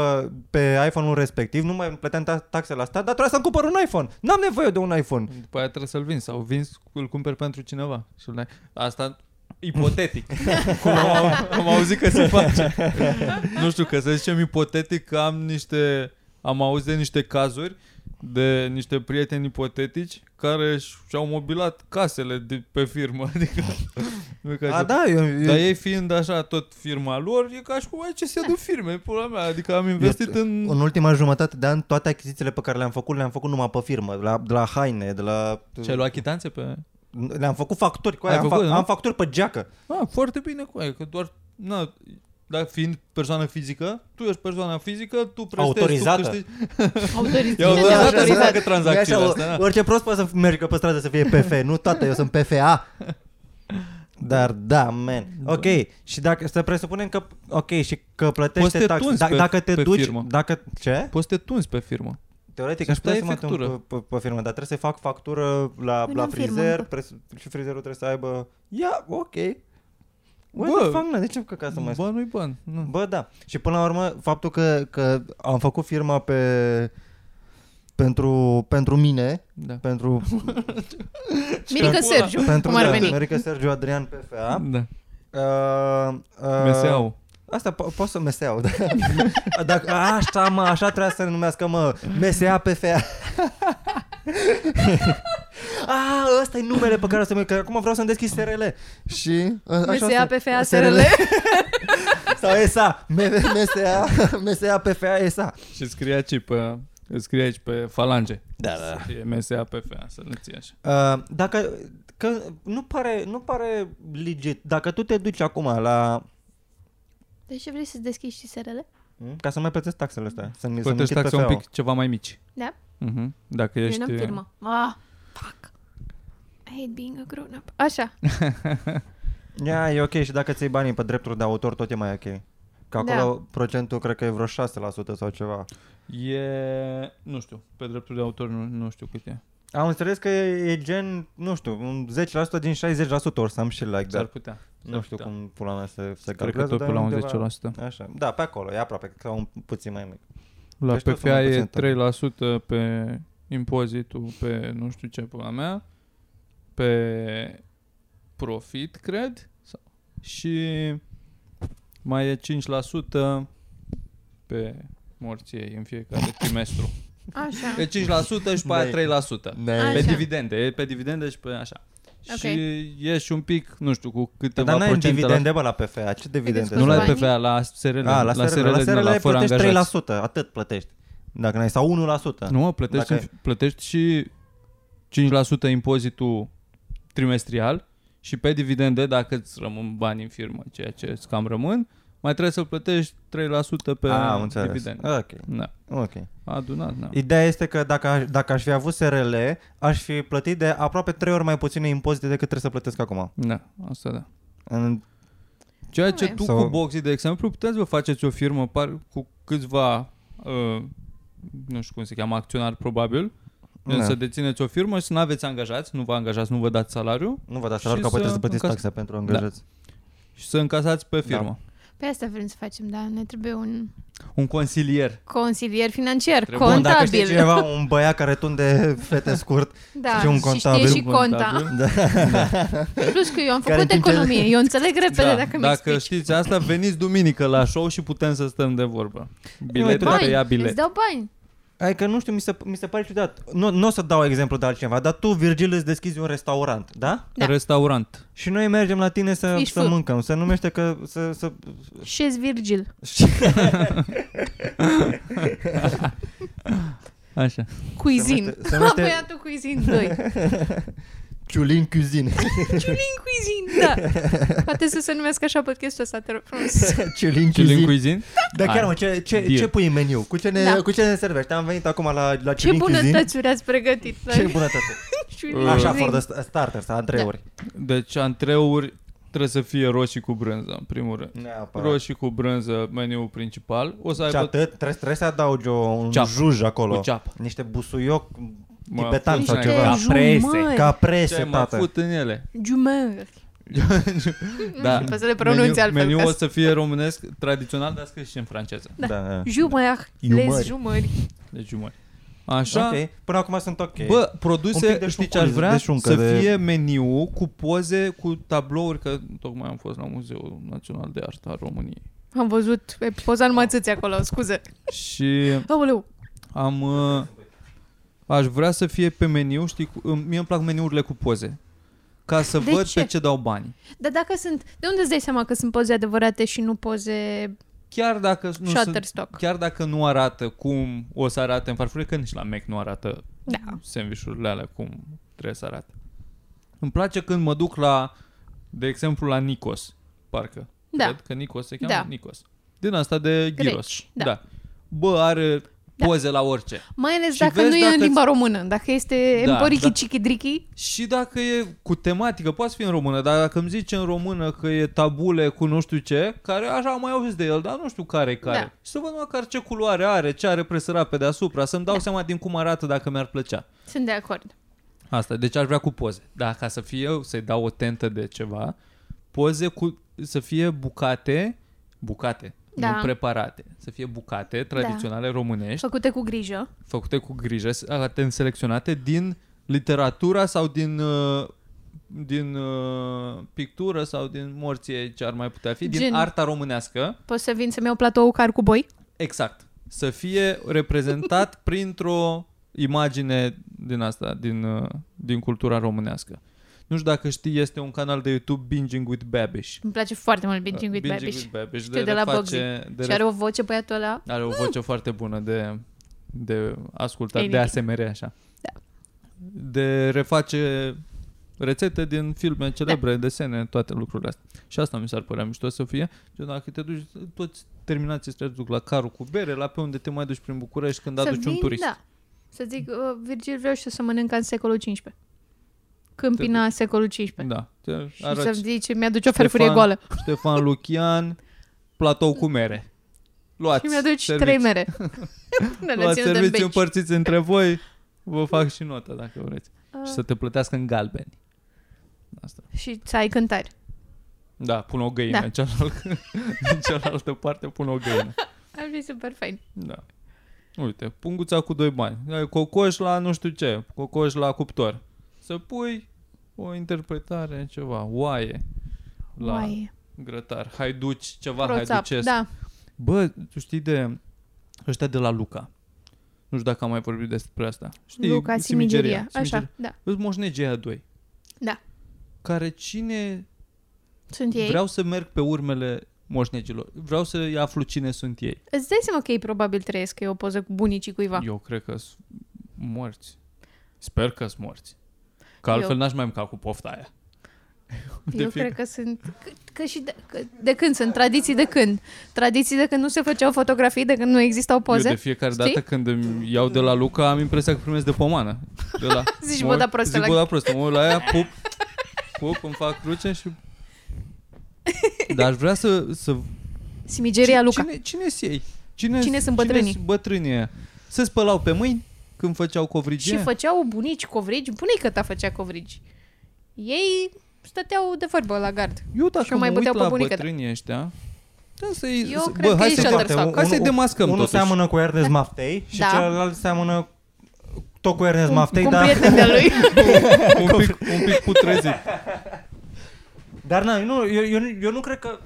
E: pe iPhone-ul respectiv, nu mai plăteam ta- taxe la stat, dar trebuia să-mi cumpăr un iPhone. N-am nevoie de un iPhone.
C: După aia trebuie să-l vinzi sau vinzi, îl cumperi pentru cineva. Și îl dai. Asta ipotetic. Cum am, au- am auzit că se face. nu știu, că să zicem ipotetic că am niște... Am auzit de niște cazuri de niște prieteni ipotetici care și- și-au mobilat casele de pe firmă. Adică, nu e ca
E: A,
C: și-
E: da, eu, eu,
C: Dar ei fiind așa tot firma lor, e ca și cum ai ce se duc firme, pula mea. Adică am investit în...
E: în ultima jumătate de an, toate achizițiile pe care le-am făcut, le-am făcut numai pe firmă, de la, de la haine, de la...
C: Ce, ai luat chitanțe pe...
E: Le-am făcut facturi cu
C: Ai
E: aia, am,
C: făcut,
E: fac,
C: nu?
E: am facturi pe geacă.
C: Ah, foarte bine cu aia, că doar... Na, dar fiind persoană fizică, tu ești persoana fizică, tu prestezi,
E: Autorizată.
C: tu câștigi...
F: Autorizat.
C: E autorizată să
E: autorizat.
C: facă
E: Nu e
C: tranzacțiile
E: da, așa,
C: astea,
E: o-
C: da.
E: orice prost poate să mergă pe stradă să fie PF, nu tată, eu sunt PFA. Dar da, man. Ok, și dacă să presupunem că ok, și că
C: Poți să
E: plătește
C: te
E: taxe,
C: tunzi
E: da,
C: pe-
E: dacă te
C: pe
E: duci,
C: firmă.
E: dacă ce?
C: Poți să te tunzi pe firmă.
E: Teoretic
C: Să
E: aș putea
C: stai
E: să mă tun
C: factură.
E: pe, pe, pe firmă, dar trebuie să fac factură la,
F: Până
E: la
F: în firmă,
E: frizer
F: bă.
E: pres, și frizerul trebuie să aibă. Ia, ok. What
C: Bă.
E: the fuck, man? de ce că ca să mai
C: Bă, nu-i bani. Nu.
E: Bă, da. Și până la urmă, faptul că, că am făcut firma pe pentru, pentru mine,
C: Da.
E: pentru,
F: Mirica Sergiu,
E: pentru
F: cum ar veni?
E: Merica Sergiu Adrian PFA.
C: Da.
E: Uh, uh,
C: MSA-ul.
E: Asta po- pot să meseau. Da. Dacă, așa, mă, așa trebuia să se numească, mă, MSA PFA. A, Ah, ăsta e numele pe care o să-mi... Că acum vreau să-mi deschid SRL.
G: Și... a- așa
F: MSA,
G: se-
F: PFA, SRL.
E: Sau ESA.
G: M- MSA, MSA, PFA, ESA.
C: Și scrie aici pe... Îți scrie aici pe falange.
E: Da, da, da.
C: Să fie MSA, PFA, să le ții așa.
E: Uh, dacă că nu pare, nu pare legit. Dacă tu te duci acum la
F: De ce vrei să deschizi și SRL?
E: ca să mai plătesc taxele astea, să mi să
C: Plătești taxe un pic ceva mai mici.
F: Da.
C: Mhm. Dacă ești...
F: Eu n-am firmă. Ah, fuck. I hate being a grown up. Așa.
E: Ia, e ok și dacă ți iei banii pe drepturi de autor, tot e mai ok. Că acolo da.
F: Da.
E: procentul cred că e vreo 6% sau ceva.
C: E... Nu știu. Pe dreptul de autor nu, nu știu cât
E: Da.
C: e.
E: Am înțeles că e, e gen, nu știu, un 10% din 60% ori să am și like
C: S-ar
E: that.
C: putea.
E: Nu știu
C: da.
E: cum pula mea se, se
C: Cred că
E: calculează,
C: tot
E: dar
C: pe la un
E: undeva-
C: 10%.
E: Așa, da, pe acolo, e aproape, că un puțin mai mic.
C: La
E: Deci tot
C: PFA
E: sunt
C: e
E: 1%.
C: 3% pe impozitul pe nu știu ce pula mea, pe profit, cred, sau- și mai e 5% pe morții ei în fiecare trimestru.
F: Așa.
E: Deci-
C: E 5% și pe aia
E: Da.
C: 3%.
F: Așa.
C: Pe dividende, e pe dividende și pe așa. Și ești un pic, nu știu, cu câteva
E: Dar n-ai
C: procente la...
E: dividende, bă, la PFA, ce dividende?
C: Nu la
F: Banii?
C: PFA, Ah, la SRL.
E: A, Ah, la,
C: SRL,
E: SRL, la
C: din ăla
E: SRL la
C: fără
E: plătești
C: angajați.
E: 3%, atât plătești. Dacă n-ai, sau 1%.
C: Nu, mă, plătești,
E: Da. Dacă-
C: Dacă... plătești și 5% impozitul trimestrial și pe dividende, dacă îți rămân bani în firmă, ceea ce îți cam rămân, mai trebuie să plătești 3% pe
E: A, Ah, am înțeles.
C: dividende.
E: Ok,
C: Da,
E: ok.
C: adunat, da.
E: Ideea este că dacă aș, dacă aș fi avut SRL, aș fi plătit de aproape 3 ori mai puține impozite decât trebuie să plătesc acum.
C: Da, asta da.
E: În,
C: Ceea ce
F: Hai.
C: tu
E: Sau-
C: cu Boxy, de exemplu, puteți vă faceți o firmă par, cu câțiva, uh, nu știu cum se cheamă, acționari probabil,
E: Da.
C: însă dețineți o firmă și să nu aveți angajați, nu vă angajați, nu vă dați salariu
E: nu vă dați
C: Și
E: salariu că
C: să Da.
E: puteți să plătiți
C: încas-
E: taxe pentru angajați.
C: și să încasați
E: Da.
C: pe firmă.
F: Pe asta vrem să facem, da. Ne trebuie un
C: Un consilier.
F: consilier financiar,
C: Trebuie.
E: Bun, dacă știi
F: contabil.
E: cineva, un băiat care tunde fete scurt,
F: da,
E: și un contabil.
F: și știe și conta.
C: Contabil.
F: Plus că eu am
E: Care Da,
F: făcut
E: în timp ce-
F: economie, eu înțeleg repede dacă mi
C: dacă
F: explici.
C: știți asta, veniți duminică la show și putem să stăm de vorbă. Bilete
E: uite,
C: pe
F: Bani,
C: ea
F: îți
C: bilet.
F: dau bani.
E: Ai că adică, nu știu, mi se, mi se pare ciudat. Nu, nu o să dau exemplu de altcineva, dar tu, Virgil, îți deschizi un restaurant, da?
F: Da.
C: Restaurant.
E: Și noi mergem la tine să,
F: Fish
E: să
F: food.
E: mâncăm. Se numește că să, să,
F: Șez Virgil.
C: Așa.
F: Cuisine.
E: numește- se numește-
F: Băiatul Cuisine 2.
G: Ciulin Cuisine.
F: Ciulin Cuisine, da. Poate să se numească așa podcastul ăsta, te rog frumos.
E: Ciulin
C: Chilling cuisine?
E: Dar chiar,
C: Hai.
E: mă, ce, ce,
C: Deal.
E: ce pui în meniu? Cu ce, ne,
F: Da.
E: cu ce ne servești? Am venit acum la, la
F: Ce
E: Ciulin Cuisine.
F: bunătățuri ați pregătit. la
E: Ce bunătate.
C: Uh,
F: Ciulin
E: Așa,
F: Cuisine.
E: for the st- starter, sau antreuri.
C: Deci antreuri trebuie să fie roșii cu brânză, în primul rând.
F: Da.
E: Neapărat.
C: Roșii cu brânză, meniul principal. O să aibă
E: Ceaptă, trebuie, trebuie să adaugi o, un
C: Ceapă.
E: juj acolo.
C: Cu ceapă.
E: Niște busuioc
C: Mă,
E: tibetan sau
C: niște
E: ceva.
C: Ca
F: prese.
E: Ca
C: ce
E: prese,
C: ai mai
E: tată.
C: făcut în ele.
F: Jumări.
C: da.
F: Mm, Poți să le pronunți altfel.
C: meniu
F: ca
C: o
F: să-
C: să fie românesc tradițional, dar scris și în franceză.
E: Da. da.
F: Jumări. Les
G: Jumări.
F: jumări.
C: Deci jumări. Așa.
E: Ok, până acum sunt ok.
C: Bă,
E: Un
C: produse,
E: pic de
C: știi ce
E: șunculiță,
C: aș vrea?
E: de șuncă,
C: să
E: de-
C: fie meniu cu poze, cu tablouri, că tocmai am fost la Muzeul Național de Artă a României.
F: Am văzut e, poza numai țâți acolo, scuze.
C: Și
F: Aoleu.
C: Am... uh, Aș vrea să fie pe meniu, știi, cu- îmi- mie îmi plac meniurile cu poze. Ca să
F: De
C: văd
F: ce?
C: pe ce dau bani.
F: Dar dacă sunt... De unde îți dai seama că sunt poze adevărate și nu poze
C: Chiar dacă nu, sunt,
F: Shutterstock?
C: chiar dacă nu arată cum o să arate în farfurie, că nici la Mac nu arată
F: Da.
C: sandvișurile alea cum trebuie să arate. Îmi place când mă duc la, de exemplu, la Nikos, parcă.
F: Da.
C: Cred că Nikos se cheamă
F: Da.
C: Nikos. Din asta de gyros.
F: Greci, da.
C: Bă, are poze la orice.
F: Mai ales
C: Și
F: dacă
C: vezi
F: nu e
C: dacă
F: în
C: îți-
F: limba română. Dacă este
C: Da,
F: emporichi
C: da.
F: chichidrichi,
C: Și dacă e cu tematică, poate fi în română, dar dacă îmi zici în română că e tabule cu nu știu ce, care așa am mai auzit de el, dar nu știu care e care.
F: Da.
C: Și să văd măcar ce culoare are, ce are presărat pe deasupra, să-mi
F: Da.
C: dau seama din cum arată dacă mi-ar plăcea.
F: sunt de acord.
C: Asta, deci aș vrea cu poze. Da, ca să fie, să-i dau o tentă de ceva, poze cu, să fie bucate, bucate,
F: Da.
C: nu preparate, să fie bucate tradiționale românești,
F: Făcute cu grijă.
C: făcute cu grijă, s- atent selecționate din literatura sau din uh, din uh, pictură sau din morție ce ar mai putea fi, din
F: Gen.
C: arta românească.
F: Poți să vin să-mi iau platou car cu boi?
C: Exact. Să fie reprezentat printr-o imagine din asta, din, uh, din cultura românească. Nu știu dacă știi, este un canal de YouTube Binging with Babish. Uh,
F: Îmi place foarte mult Binging with
C: Binging
F: Babish.
C: with Babish.
F: Știu de la
C: reface- de
F: Și are o voce băiatul ăla.
C: Are o voce foarte bună de, de ascultat,
F: Ei,
C: de
F: Nichi.
C: ASMR, așa.
F: Da.
C: De reface rețete din filme celebre,
F: Da.
C: desene, toate lucrurile astea. Și asta mi s-ar părea mișto să fie. Și dacă te duci, toți terminații să te duc la carul cu bere, la pe unde te mai duci prin București când
F: să
C: aduci deci un turist.
F: Da. Să zic, uh, Virgil, vreau și eu să mănânc ca în secolul XV. Câmpina
C: Te
F: secolul XV.
C: da. Te
F: Și să
C: arăți
F: zici, mi-aduce o ferfurie
C: Ștefan,
F: goală.
C: Ștefan Lucian, platou cu mere. Luați
F: Și mi-aduci
C: serviciu.
F: trei mere. Până le
C: Luați
F: țin de
C: serviciu,
F: beci.
C: împărțiți între voi. Vă fac și notă dacă vreți. Și
F: Uh,
C: să te plătească în galbeni. Asta.
F: Și să ai cântari.
C: Da, pun o găină.
F: Da.
C: Da. În, cealaltă, în cealaltă parte pun o găină.
F: Ar fi super fain.
C: Da. Uite, punguța cu doi bani. Ai Cocoș la nu știu ce, cocoș la cuptor. Să pui o interpretare, ceva, oaie la oaie.
F: Uai,
C: grătar, haiduci, ceva
F: roțap.
C: haiducesc.
F: Da,
C: Bă, tu știi de ăștia de la Luca. Nu știu dacă am mai vorbit despre asta. Știi,
F: Luca, Simigeria. Așa, da.
C: Îți moșnegii aia doi.
F: Da.
C: Care cine
F: Sunt ei.
C: Vreau să merg pe urmele moșnegilor. Vreau să-i aflu cine sunt ei.
F: Îți dai seama că ei probabil trăiesc, că e o poză cu bunicii cuiva.
C: Eu cred că sunt morți. Sper că sunt morți. Că altfel
F: Eu-
C: n-aș mai mânca cu pofta aia.
F: Eu, eu
C: fiecare-
F: cred că sunt... Că, că și de, că, de când sunt? Tradiții de când? Tradiții de când nu se făceau fotografii, de când nu existau poze?
C: Eu de fiecare
F: Știi?
C: dată când îmi iau de la Luca am impresia că primesc de pomană. De la,
F: Zici,
C: mă
F: bă,
C: uit-
F: da prostă
C: Zic,
F: la-
C: bă, da prostă. Mă uit la aia, pup, pup, îmi fac cruce și... Dar aș vrea să, să
F: Simigeria
C: Ci-
F: Luca.
C: Cine, cine sunt ei? Cine,
F: Cine sunt bătrânii?
C: Cine bătrânii ăia? Se spălau pe mâini când făceau covrigie?
F: Și făceau bunici covrigi, bunica ta făcea covrigi. Ei stăteau de vorbă la gard.
C: Eu dacă
F: Și eu mai
C: mă uit
F: puteau pe
C: la
F: bunica ta.
C: bătrânii ăștia, da, să-i,
F: Eu
C: să-
F: cred
C: bă,
F: că
C: hai
F: e
C: să-i
F: Shutterstock.
C: facem- Hai să-i demascăm
E: Unul
C: totuși.
E: seamănă cu Ernest Maftei și
F: Da.
E: celălalt seamănă tot cu Ernest Maftei,
F: Cu un
E: dar,
F: prieten de-a lui.
C: un pic, un pic putrezit.
E: dar na, nu, eu, eu, nu- eu nu cred că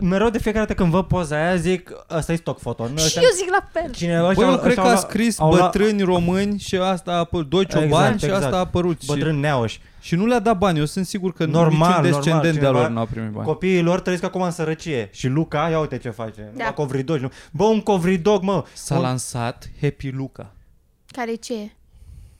E: mereu de fiecare dată când văd poza aia zic ăsta e stock photo. Nu,
F: și
E: ăștia-
F: eu zic la fel.
E: Cine,
C: Bă,
E: ăștia,
C: eu cred că
E: ăștia au
C: a
E: luat-
C: scris
E: au luat
C: bătrâni români și asta a apărut, doi ciobani
E: Exact,
C: și
E: exact.
C: asta a apărut. Și,
E: Bătrâni neauși.
C: și, nu le-a dat bani, eu sunt sigur că
E: Normal,
C: niciun
E: normal,
C: descendent de-a lor
E: cineva-
C: n-a primit bani.
E: Copiii lor trăiesc acum în sărăcie. Și Luca, ia uite ce face.
F: Da.
E: Da. Covridog. Bă, un covridog, mă.
C: S-a
E: Un-
C: lansat Happy Luca.
F: Care ce?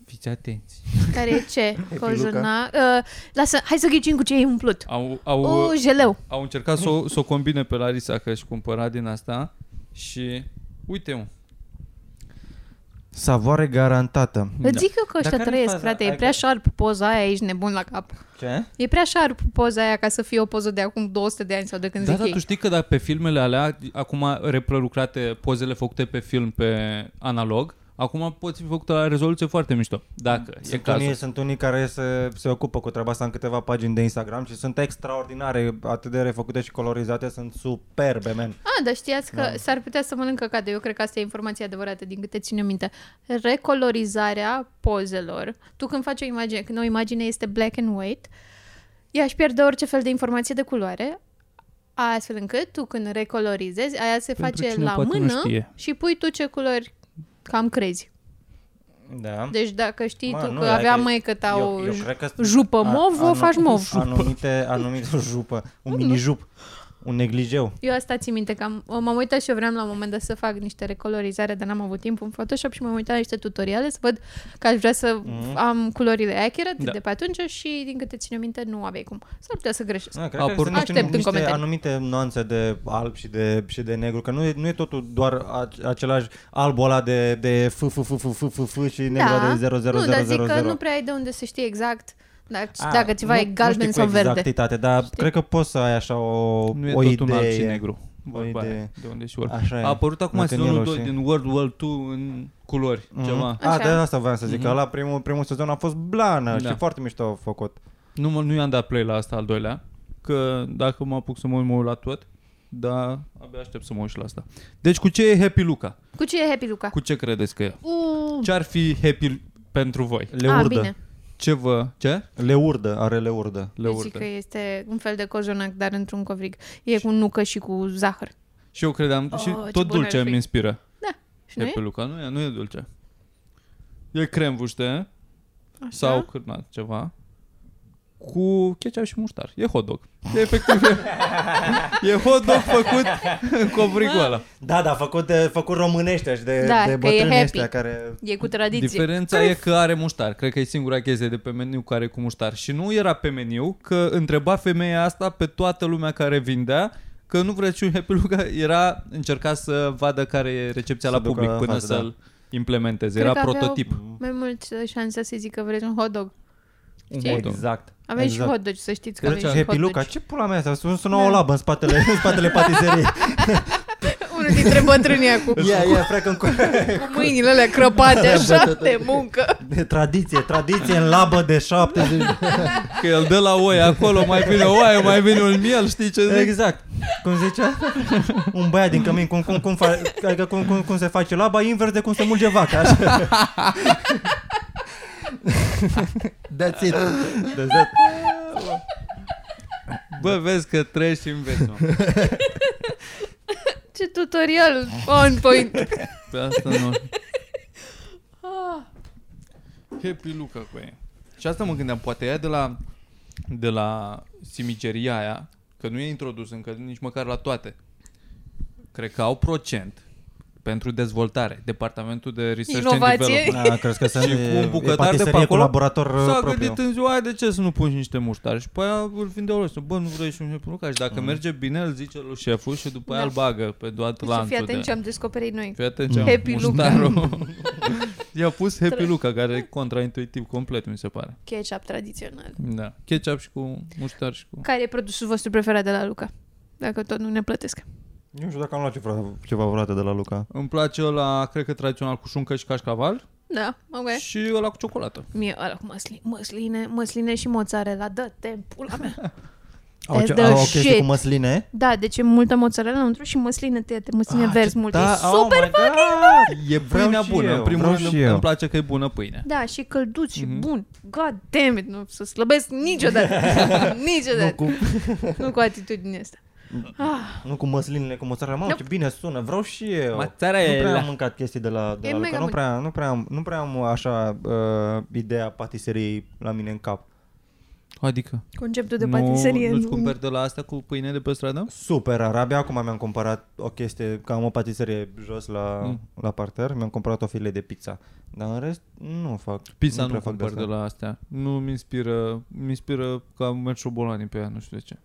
C: Fiți atenți.
F: Care e ce? Cojuna. Uh, lasă, hai să ghicim cu ce e umplut. Uh,
C: Au, au,
F: O, jeleu.
C: au încercat să o, să o combine pe Larisa că își cumpăra din asta și uite mă.
E: Savoare garantată.
F: Da. Îți zic eu că
E: Dar
F: ăștia
E: care-i
F: trăiesc,
E: faza?
F: frate, e
E: Adică-
F: prea sharp poza aia, ești nebun la cap.
E: Ce?
F: E prea sharp poza aia ca să fie o poză de acum 200 de ani sau de când
C: Da,
F: zic
C: dar
F: ei.
C: tu știi că da, pe filmele alea, acum reprelucrate pozele făcute pe film pe analog, acum poți fi făcute la rezoluție foarte mișto. Dacă e
E: Sunt
C: cazul.
E: unii, sunt unii care se, se ocupă cu treaba asta în câteva pagini de Instagram și sunt extraordinare, atât de refăcute și colorizate, sunt superbe, men.
F: Ah, dar știați că da. s-ar putea să mănâncă cade. Eu cred că asta e informația adevărată, din câte țin eu minte. Recolorizarea pozelor. Tu când faci o imagine, când o imagine este black and white, ea își pierde orice fel de informație de culoare, astfel încât tu când recolorizezi, aia se
C: Pentru
F: face
C: cine
F: la
C: poate nu
F: mână
C: știe.
F: și pui tu ce culori cam crezi.
E: Da.
F: Deci dacă știi
E: Mă,
F: tu
E: nu,
F: că
E: hai
F: avea
E: că-
F: măică ta
E: eu-
F: o
E: eu
F: ju-
E: cred că-
F: jupă mov, o
E: anu-
F: faci mov.
E: Anumite, anumite jupă, un mini-jup, un neglijeu.
F: Eu asta țin minte, că am, m-am uitat și eu vreau la un moment dat să fac niște recolorizare, dar n-am avut timp în Photoshop și m-am uitat la niște tutoriale să văd că aș vrea să mm. am culorile accurate
C: Da.
F: da. de pe atunci și din câte țin eu minte nu aveai cum. S-ar putea să greșesc.
E: Da, cred
C: Au
E: că
C: apărut-
E: sunt niște,
F: Aștept în
E: niște
F: comentarii.
E: anumite nuanțe de alb și de, și de negru, că nu e, nu e totul doar a, același albul ăla de, de f, f, f, f, f, f, f și negru de 0000.
F: Da. nu, dar zic că nu prea ai de unde să știi exact dacă,
E: A,
F: dacă ceva e
E: Ah, nu-
F: galben
E: nu știu
F: sau
E: cu exact
F: verde.
E: exactitate, dar știi? cred că poți să ai așa o,
C: Nu e
E: o
C: tot
E: idee.
C: un alb și negru. Vorba
E: idee.
C: aia, de unde și ori.
E: Așa e. Mhm.
C: A apărut acum
E: Dacă în
C: sezonul
E: el
C: 2
E: și-
C: din World War 2 în culori, mm-hmm. ceva. Mhm.
E: A,
F: Așa.
E: de asta voiam să zic, că la primul, primul sezon a fost blană
C: Da.
E: și foarte mișto făcut.
C: Nu, mă- nu i-am dat play la asta al doilea, că dacă mă apuc să mă uit, mă uit la tot, dar abia aștept să mă uit și la asta. Deci cu ce e Happy Luca?
F: Cu ce e Happy Luca?
C: Cu ce credeți că e?
F: U,
C: Ce ar fi Happy pentru voi?
E: Le
F: a,
E: urdă.
F: Uh. Ah, bine.
C: Ce vă... Ce?
F: Deci,
E: Le urdă, are le urdă.
C: Le
F: Eu zic
C: urtă.
F: că este un fel de cojonac, dar într-un covrig. E cu nucă și cu zahăr.
C: Și eu credeam... Oh, și
F: ce
C: tot
F: bun ar
C: dulce
F: fi.
C: îmi inspiră.
F: Și nu e?
C: Happy Luca. Nu e, nu e dulce. E cremvuște
F: Așa.
C: sau cârnat ceva cu ketchup și muștar. E hot dog. E efectiv... e, e hot dog făcut în covrigul ăla.
E: Da, da, făcut, de, făcut românești ăștia și de,
F: Da,
E: de
F: că e
E: bătrâni
F: happy.
E: ăștia care...
F: E cu tradiție.
C: Diferența e că are muștar. Cred că e singura chestie de pe meniu care e cu muștar. Și nu era pe meniu că întreba femeia asta pe toată lumea care vindea că nu vrea niciun Happy Luca. Era încerca să vadă care e recepția
E: Să
C: la
E: ducă
C: public până
E: față, da.
C: să-l implementeze.
F: Cred
C: era
F: că aveau-
C: prototip.
F: Mai uh, mult șansa să zic că vreți un hot dog.
C: Un
F: Știi?
C: hot dog.
E: Exact.
F: Aveți exact. și hot dog, să știți că aveți
C: Deci,
E: Ce
F: și Da. hot
E: Happy
F: dog.
E: Luca, ce pula mea asta? Sună, sună o labă în spatele, în spatele patiseriei.
F: Unul dintre bătrânii acum,
E: Ia, ia, frecă în
F: cu mâinile alea crăpate așa de muncă.
E: de tradiție, tradiție în labă de 70.
C: Că el dă la oaie acolo, mai vine o oaie, mai vine un miel, știi ce zic?
E: Exact. Cum zicea? Un băiat din cămin, cum, cum, cum, fa- adică cum, cum, cum se face laba, invers de cum se mulge vaca. Așa.
G: That's it.
E: Deci, da,
C: Bă, vezi că treci și înveți, mă.
F: Ce tutorial on point.
C: Pe asta nu. Happy Luca cu ei. Și asta mă gândeam, poate ea de la, de la simigeria aia, că nu e introdus încă nici măcar la toate. Cred că au procent pentru dezvoltare, departamentul de research
F: Inovație.
C: and development.
E: da, crezi că sunt
C: Și cu un bucătar
E: e
C: de
E: patiserie
C: pe
E: cu
C: acolo?
E: laborator
C: S-a
E: uh, propriu.
C: gândit în ziua aia, de ce să nu pungi niște muștari? Și pe aia îl vindeau ăsta. Bă, nu vrei și un Happy Luca? Și dacă merge bine, îl zice lui șeful și după aia
F: Da.
C: îl bagă pe toată
F: Și fii
C: lanțul. de-
F: atent ce am descoperit noi.
C: da. Fii atent ce am
F: Happy
C: muștarul. I-a pus Happy Luca, care e contraintuitiv complet, mi se pare.
F: Ketchup tradițional.
C: Da. Ketchup și cu muștar și cu...
F: Care e produsul vostru preferat de la Luca? Dacă tot nu ne plătesc.
E: Nu știu dacă am luat ceva, ceva vreodată de la Luca.
C: Îmi place ăla, cred că tradițional, cu șuncă și cașcaval
F: Da, ok.
C: și ăla cu ciocolată.
F: Mie ăla cu măsline, măsline, măsline și mozzarella, dă-te pula mea.
E: Au, ce,
F: the
E: au o chestie
F: shit.
E: cu măsline?
F: Da, deci e multă mozzarella înăuntru și măsline tăiate, măsline verzi multe. E super
E: oh fucking
C: E pâinea
E: și
C: bună,
E: eu,
C: în primul
E: vreau
C: rând
E: și
C: îmi,
E: eu.
C: îmi place că e bună pâine.
F: Da, și călduț și
E: Mhm.
F: mm-hmm. bun. God damn it, nu să slăbesc niciodată. niciodată.
E: Nu
F: nu cu atitudinea asta.
E: Nu cu măslinele, cu mozzarella. Mamă,
F: Nope.
E: ce bine sună, vreau și eu.
C: Mozzarella.
E: Nu prea am mâncat chestii de la, de
F: E
E: la Luca.
F: mega
E: Nu
F: bun.
E: prea, nu, prea am, nu prea am așa uh, ideea patiseriei la mine în cap.
C: Adică?
F: Conceptul de
C: nu,
F: patiserie.
C: nu-ți cumperi de la asta cu pâine de pe stradă?
E: Super rar. Abia acum mi-am cumpărat o chestie, că am o patiserie jos la,
C: Mm.
E: la parter, mi-am cumpărat o filie de pizza. Dar în rest, nu fac.
C: Pizza nu,
E: prea
C: nu
E: fac
C: cumpăr de
E: asta.
C: la astea. Nu mi inspiră, mi inspiră că am mers șobolanii pe ea, nu știu de ce.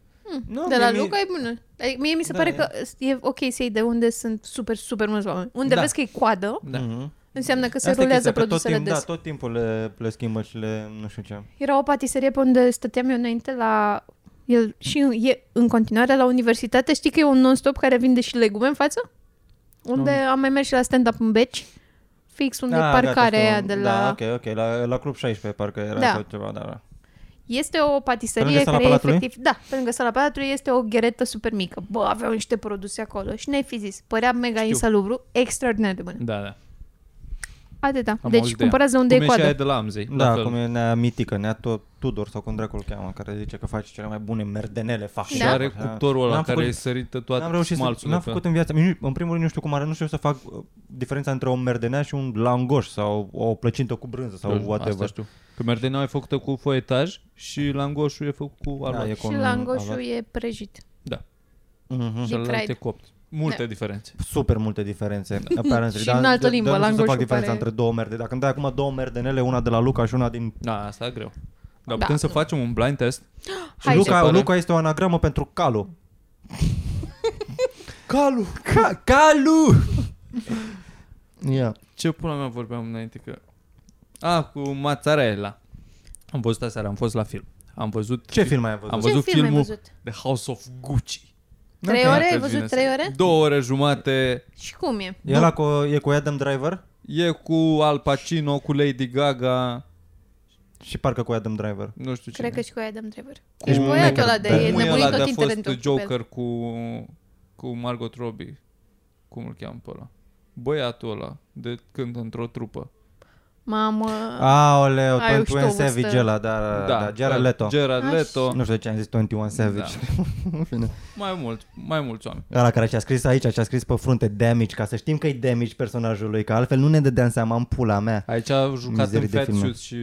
E: Nu,
F: De la
E: mie-
F: Luca e bună. Adică mie mi se
E: Da,
F: pare
E: e.
F: că e ok să iei de unde sunt super, super mulți oameni. Unde
C: Da.
F: vezi că e coadă,
C: Da.
E: Mhm.
F: înseamnă că se
E: Asta e
F: rulează
E: chestia, că tot
F: produsele
E: timp,
F: des.
E: Da, tot timpul le, le schimbă și le nu știu ce.
F: Era o patiserie pe unde stăteam eu înainte la... El și în- e în continuare la universitate. Știi că e un non-stop care vinde și legume în față? Unde am mai mers și la stand-up în Beci. Fix unde e
E: Ah,
F: parcarea
E: știu.
F: aia de la...
E: Da, ok, ok, la, la Club 16 parcă era
F: Da.
E: sau ceva, da, da.
F: Este o
E: Pe
F: patiserie
E: lângă sala
F: care e
E: Palatului?
F: efectiv... Da, pe lângă sala Palatului este o gheretă super mică. Bă, aveau niște produse acolo și ne-ai fi zis. Părea mega insalubru, extraordinar de bună.
C: Da, da.
F: Atâta.
C: Am
F: deci
C: auzit de
F: cumpărați de unde
C: cum
F: e coadă.
C: și aia de la Amzei. la
E: Da,
C: fel.
E: cum e nea mitică, nea tot Tudor sau cum dracul îl cheamă, care zice că face cele mai bune merdenele fac.
C: Și
F: Da.
C: are cuptorul ăla care e sărită toată
E: N-am reușit să,
C: smalțul
E: n-am
C: de pe-
E: făcut în viața mea. În primul rând nu știu cum are, nu știu să fac uh, diferența între o merdenea și un langoș sau o plăcintă cu brânză sau
C: Asta
E: whatever.
C: știu. Că merdeneaua e făcută cu foietaj și langoșul e făcut cu aluat.
E: e
C: Da,
E: cu
F: Și
E: un
F: langoșul
E: aluat.
F: e prăjit.
E: Mhm.
F: e
C: Celălalt e
F: fried.
C: copt. Multe
F: Da.
C: diferențe.
E: Super multe diferențe. apparently,
F: Și
E: dar-
F: în altă
E: dar-
F: limbă,
E: dar nu știu să
F: langoșul
E: fac diferența
F: pare-
E: între două merde. Dacă îmi dai acum două merdenele, una de la Luca și una din
C: Da, asta e greu. Dar
F: Da.
C: putem să facem un blind test?
E: Și
F: Hai
E: Luca,
C: să pare.
E: Luca este o anagramă pentru calu.
C: Calu! Ca- calu!
G: Ia.
C: Ce pula mea vorbeam înainte că... A, cu mozzarella. Am văzut aseară, am fost la film. Am văzut...
E: Ce film ai văzut?
C: Am
F: Ce
C: văzut
F: film ai
C: filmul
F: văzut?
C: The House of Gucci.
F: Trei
C: Ok.
F: ore? Ai
C: Că-ți
F: văzut
C: vine
F: trei
C: să-
F: ore?
C: Două ore jumate.
F: Și cum e?
E: E, la cu, e cu Adam Driver?
C: E cu Al Pacino, cu Lady Gaga,
E: Și parcă cu Adam Driver.
C: nu știu ce.
F: Cred că și cu Adam Driver.
E: Cu
F: Ești băiatul
E: Michael
F: ăla de...
E: Bay.
F: E
E: Cum
C: Cum e ăla
F: nebunit
C: de
F: tot
C: a
F: internetul.
C: fost
F: pe el.
C: Joker cu, cu Margot Robbie? Cum îl cheamă pe ăla? Băiatul ăla de când într-o trupă.
F: Mamă.
E: Aoleu,
F: Ah. Ai, eu
E: 21
F: știu,
E: Savage
F: vârstă.
E: ăla, da, da, da, da Jared Leto.
C: Jared
F: Așa.
C: Leto.
E: Nu știu de ce am zis 21
F: Da.
E: Savage. În fine.
C: Mai mult, mai mulți oameni.
E: Ăla care și-a scris aici, și-a scris pe frunte damage, ca să știm că e damage personajul lui, că altfel nu ne dădeam seama în pula mea.
C: Aici a jucat
E: Mizerii
C: în
E: de
C: Fat
E: filme.
C: Suit și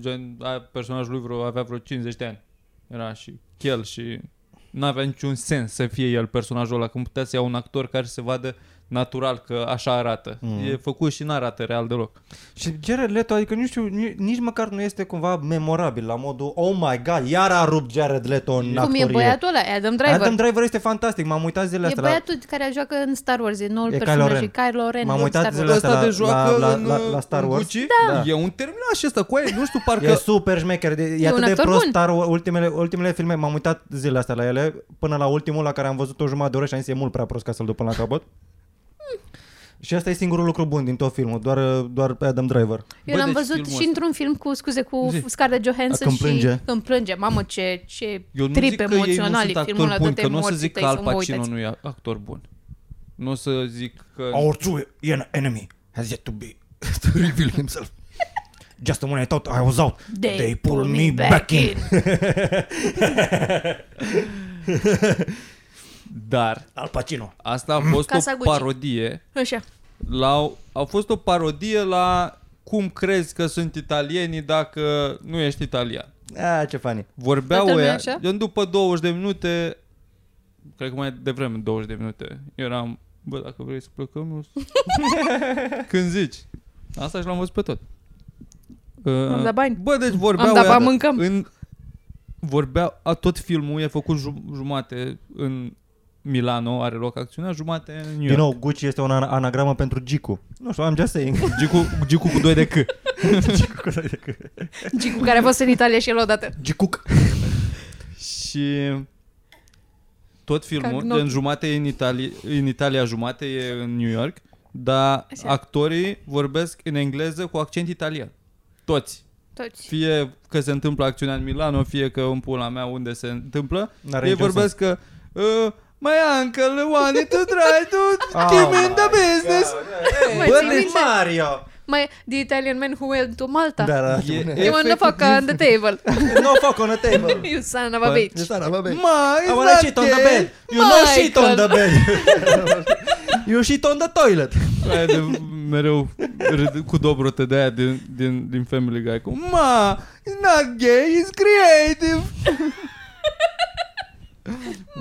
C: gen, a, personajul lui vreo, avea vreo 50 de ani. Era și chel și n-avea niciun sens să fie el personajul ăla, când putea să ia un actor care se vadă natural că așa arată.
E: Mhm.
C: E făcut și n-arată real deloc.
E: Și Jared Leto, adică nu știu, ni- nici măcar nu este cumva memorabil la modul, oh my god, iar a rupt Jared Leto în
F: Cum
E: actorie.
F: e băiatul ăla? E Adam Driver.
E: Adam Driver este fantastic, m-am uitat zilele
F: E
E: astea la-
F: băiatul care joacă în Star Wars, e noul
E: E Kylo
F: personaj, e
E: Ren.
F: Kylo Ren.
E: M-am
F: din
E: uitat
F: Star
E: zilele
F: Wars.
E: astea
C: Ăsta
E: la-
C: de joacă
E: la- la-
C: în, uh,
E: la- la Star
C: în
E: Wars?
C: Gucci?
E: Da.
C: E un terminal și ăsta cu aia, nu știu, parcă...
E: E super șmecher, de, e,
F: E
E: atât
F: un
E: de
F: actor
E: prost
F: bun.
E: Star Wars, ultimele, ultimele filme, m-am uitat zilele astea la ele, până la ultimul la care am văzut o jumătate de oră și am zis e mult prea prost ca să-l duc până la capăt.
F: Hmm.
E: și asta e singurul lucru bun din tot filmul, doar, doar pe Adam Driver.
F: Eu
C: Bă,
F: l-am
C: deci
F: văzut
C: filmul
F: și într-un film cu, scuze, cu
C: Zi.
F: Scarlett Johansson
E: Când plânge.
F: și când plânge. Mamă, ce, ce
C: Eu nu
F: trip
C: zic că ei nu
F: emoțional
C: sunt
F: e filmul ăla,
C: actori buni,
F: dă-te
C: că nu o să
F: morții
C: zic
F: tăi
C: că Al
F: să mă
C: Pacino
F: uitați.
C: nu e actor bun. Nu o să zic că...
G: Our true en- enemy has yet to be to reveal himself.
E: Just when I thought I was out,
F: They, pull me back in.
C: Dar
E: Al Pacino.
C: asta a fost
F: Casa
C: o
F: Gucci.
C: parodie
F: Așa.
C: la... A fost o parodie la cum crezi că sunt italienii dacă nu ești italian.
E: A, ce funny.
C: Vorbeau
F: Toată lumea
C: ăia,
F: așa?
C: eu după 20 de minute, cred că mai devreme 20 de minute, eu eram, bă, dacă vrei să plecăm, nu Când zici. Asta și l-am văzut pe tot.
F: Am dat bani.
C: Bă, deci vorbeau
F: Am dat
C: ăia-
F: bani, mâncăm.
C: În, vorbea, a, tot filmul e făcut jum- jumate în Milano, are loc acțiunea, jumate în New York.
E: Din nou, Gucci este o ana- anagramă pentru Gicu. Nu știu, am just saying.
C: Gicu, Gicu cu 2 de C.
F: Gicu care a fost în Italia și el odată.
E: Gicuc.
C: Și tot filmul,
F: Cagnoc.
C: Cagnoc. în jumate e în Italia, în Italia, jumate e în New York, dar
F: Așa.
C: Așa. actorii vorbesc în engleză cu accent italian. Toți.
F: Toți.
C: Fie că se întâmplă acțiunea în Milano, fie că în pula mea unde se întâmplă.
E: N-are
C: Ei
E: niciun
C: vorbesc că... Uh, my uncle wanted to try to
E: Oh
C: keep in the
E: my
C: business.
F: Mă,
E: Bă,
F: ții
E: deci
F: minte?
E: Mario!
F: Mai, the Italian man who went to Malta.
E: Da, da, da.
C: E,
F: You wanna
C: efectiv-
F: fuck on the table.
E: No fuck on the table.
C: Păi,
E: Păi,
F: You son of a bitch.
G: Sara, mă, băi.
C: Ma,
E: I
C: it's
E: wanna
C: not
E: shit on the
C: gay.
E: bed. You know shit on
F: Michael.
E: the bed. you shit on the toilet.
C: Aia de mereu râd cu Dobrotă de aia din, din, din Family Guy cu Ma, it's not gay, it's creative!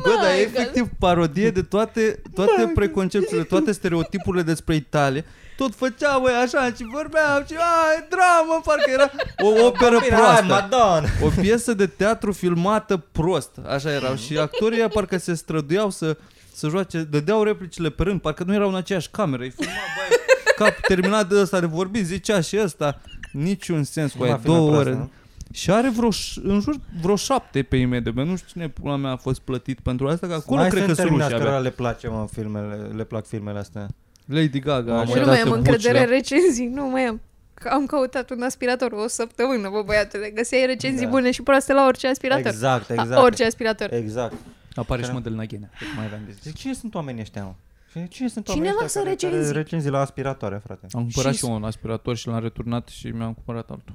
C: Bă, dar e
F: Michael.
C: efectiv parodie de toate, toate preconcepțiile, toate stereotipurile despre Italia. Tot făceau băi, așa și vorbeau și a, e dramă, parcă era o operă proastă.
E: Madonna!
C: O piesă de teatru filmată prost, așa erau și actorii ăia parcă se străduiau să, să joace, dădeau replicile pe rând, parcă nu erau în aceeași cameră, îi filma, băi, cap terminat de ăsta de vorbit, zicea și ăsta, niciun sens, cu
E: Nu
C: aia,
E: a filmat
C: două
E: proastă,
C: ore.
E: nu?
C: Și are vreo, ș- în jur vreo șapte pe IMDB, nu știu cine pula mea a fost plătit pentru asta, că acolo
E: Mai
C: cred că
E: sunt
C: sunt
E: terminați
C: ruși
E: cărora
C: abia.
E: le place, mă, filmele, le plac filmele astea.
C: Lady Gaga,
E: Mamă,
C: așa,
F: Și nu
E: dat
F: mai am
E: în
F: încredere în
E: bucile.
F: recenzii, nu mai am. Că Am căutat un aspirator o săptămână, bă băiatule, găseai recenzii
E: Da.
F: bune și proaste la orice aspirator.
E: Exact,
F: A,
E: exact.
F: orice aspirator.
E: Exact.
C: apare și
E: Care-
C: Madalina Ghenea.
E: Mai v-am zis. Zic, cine sunt oamenii ăștia, mă? Și Cine sunt
F: Cine
E: oamenii
F: lasă
E: ăștia care- care
F: recenzii?
E: recenzii la aspiratoare, frate?
C: Am cumpărat
F: Și-
C: și, eu un aspirator și l-am returnat și mi-am cumpărat altul.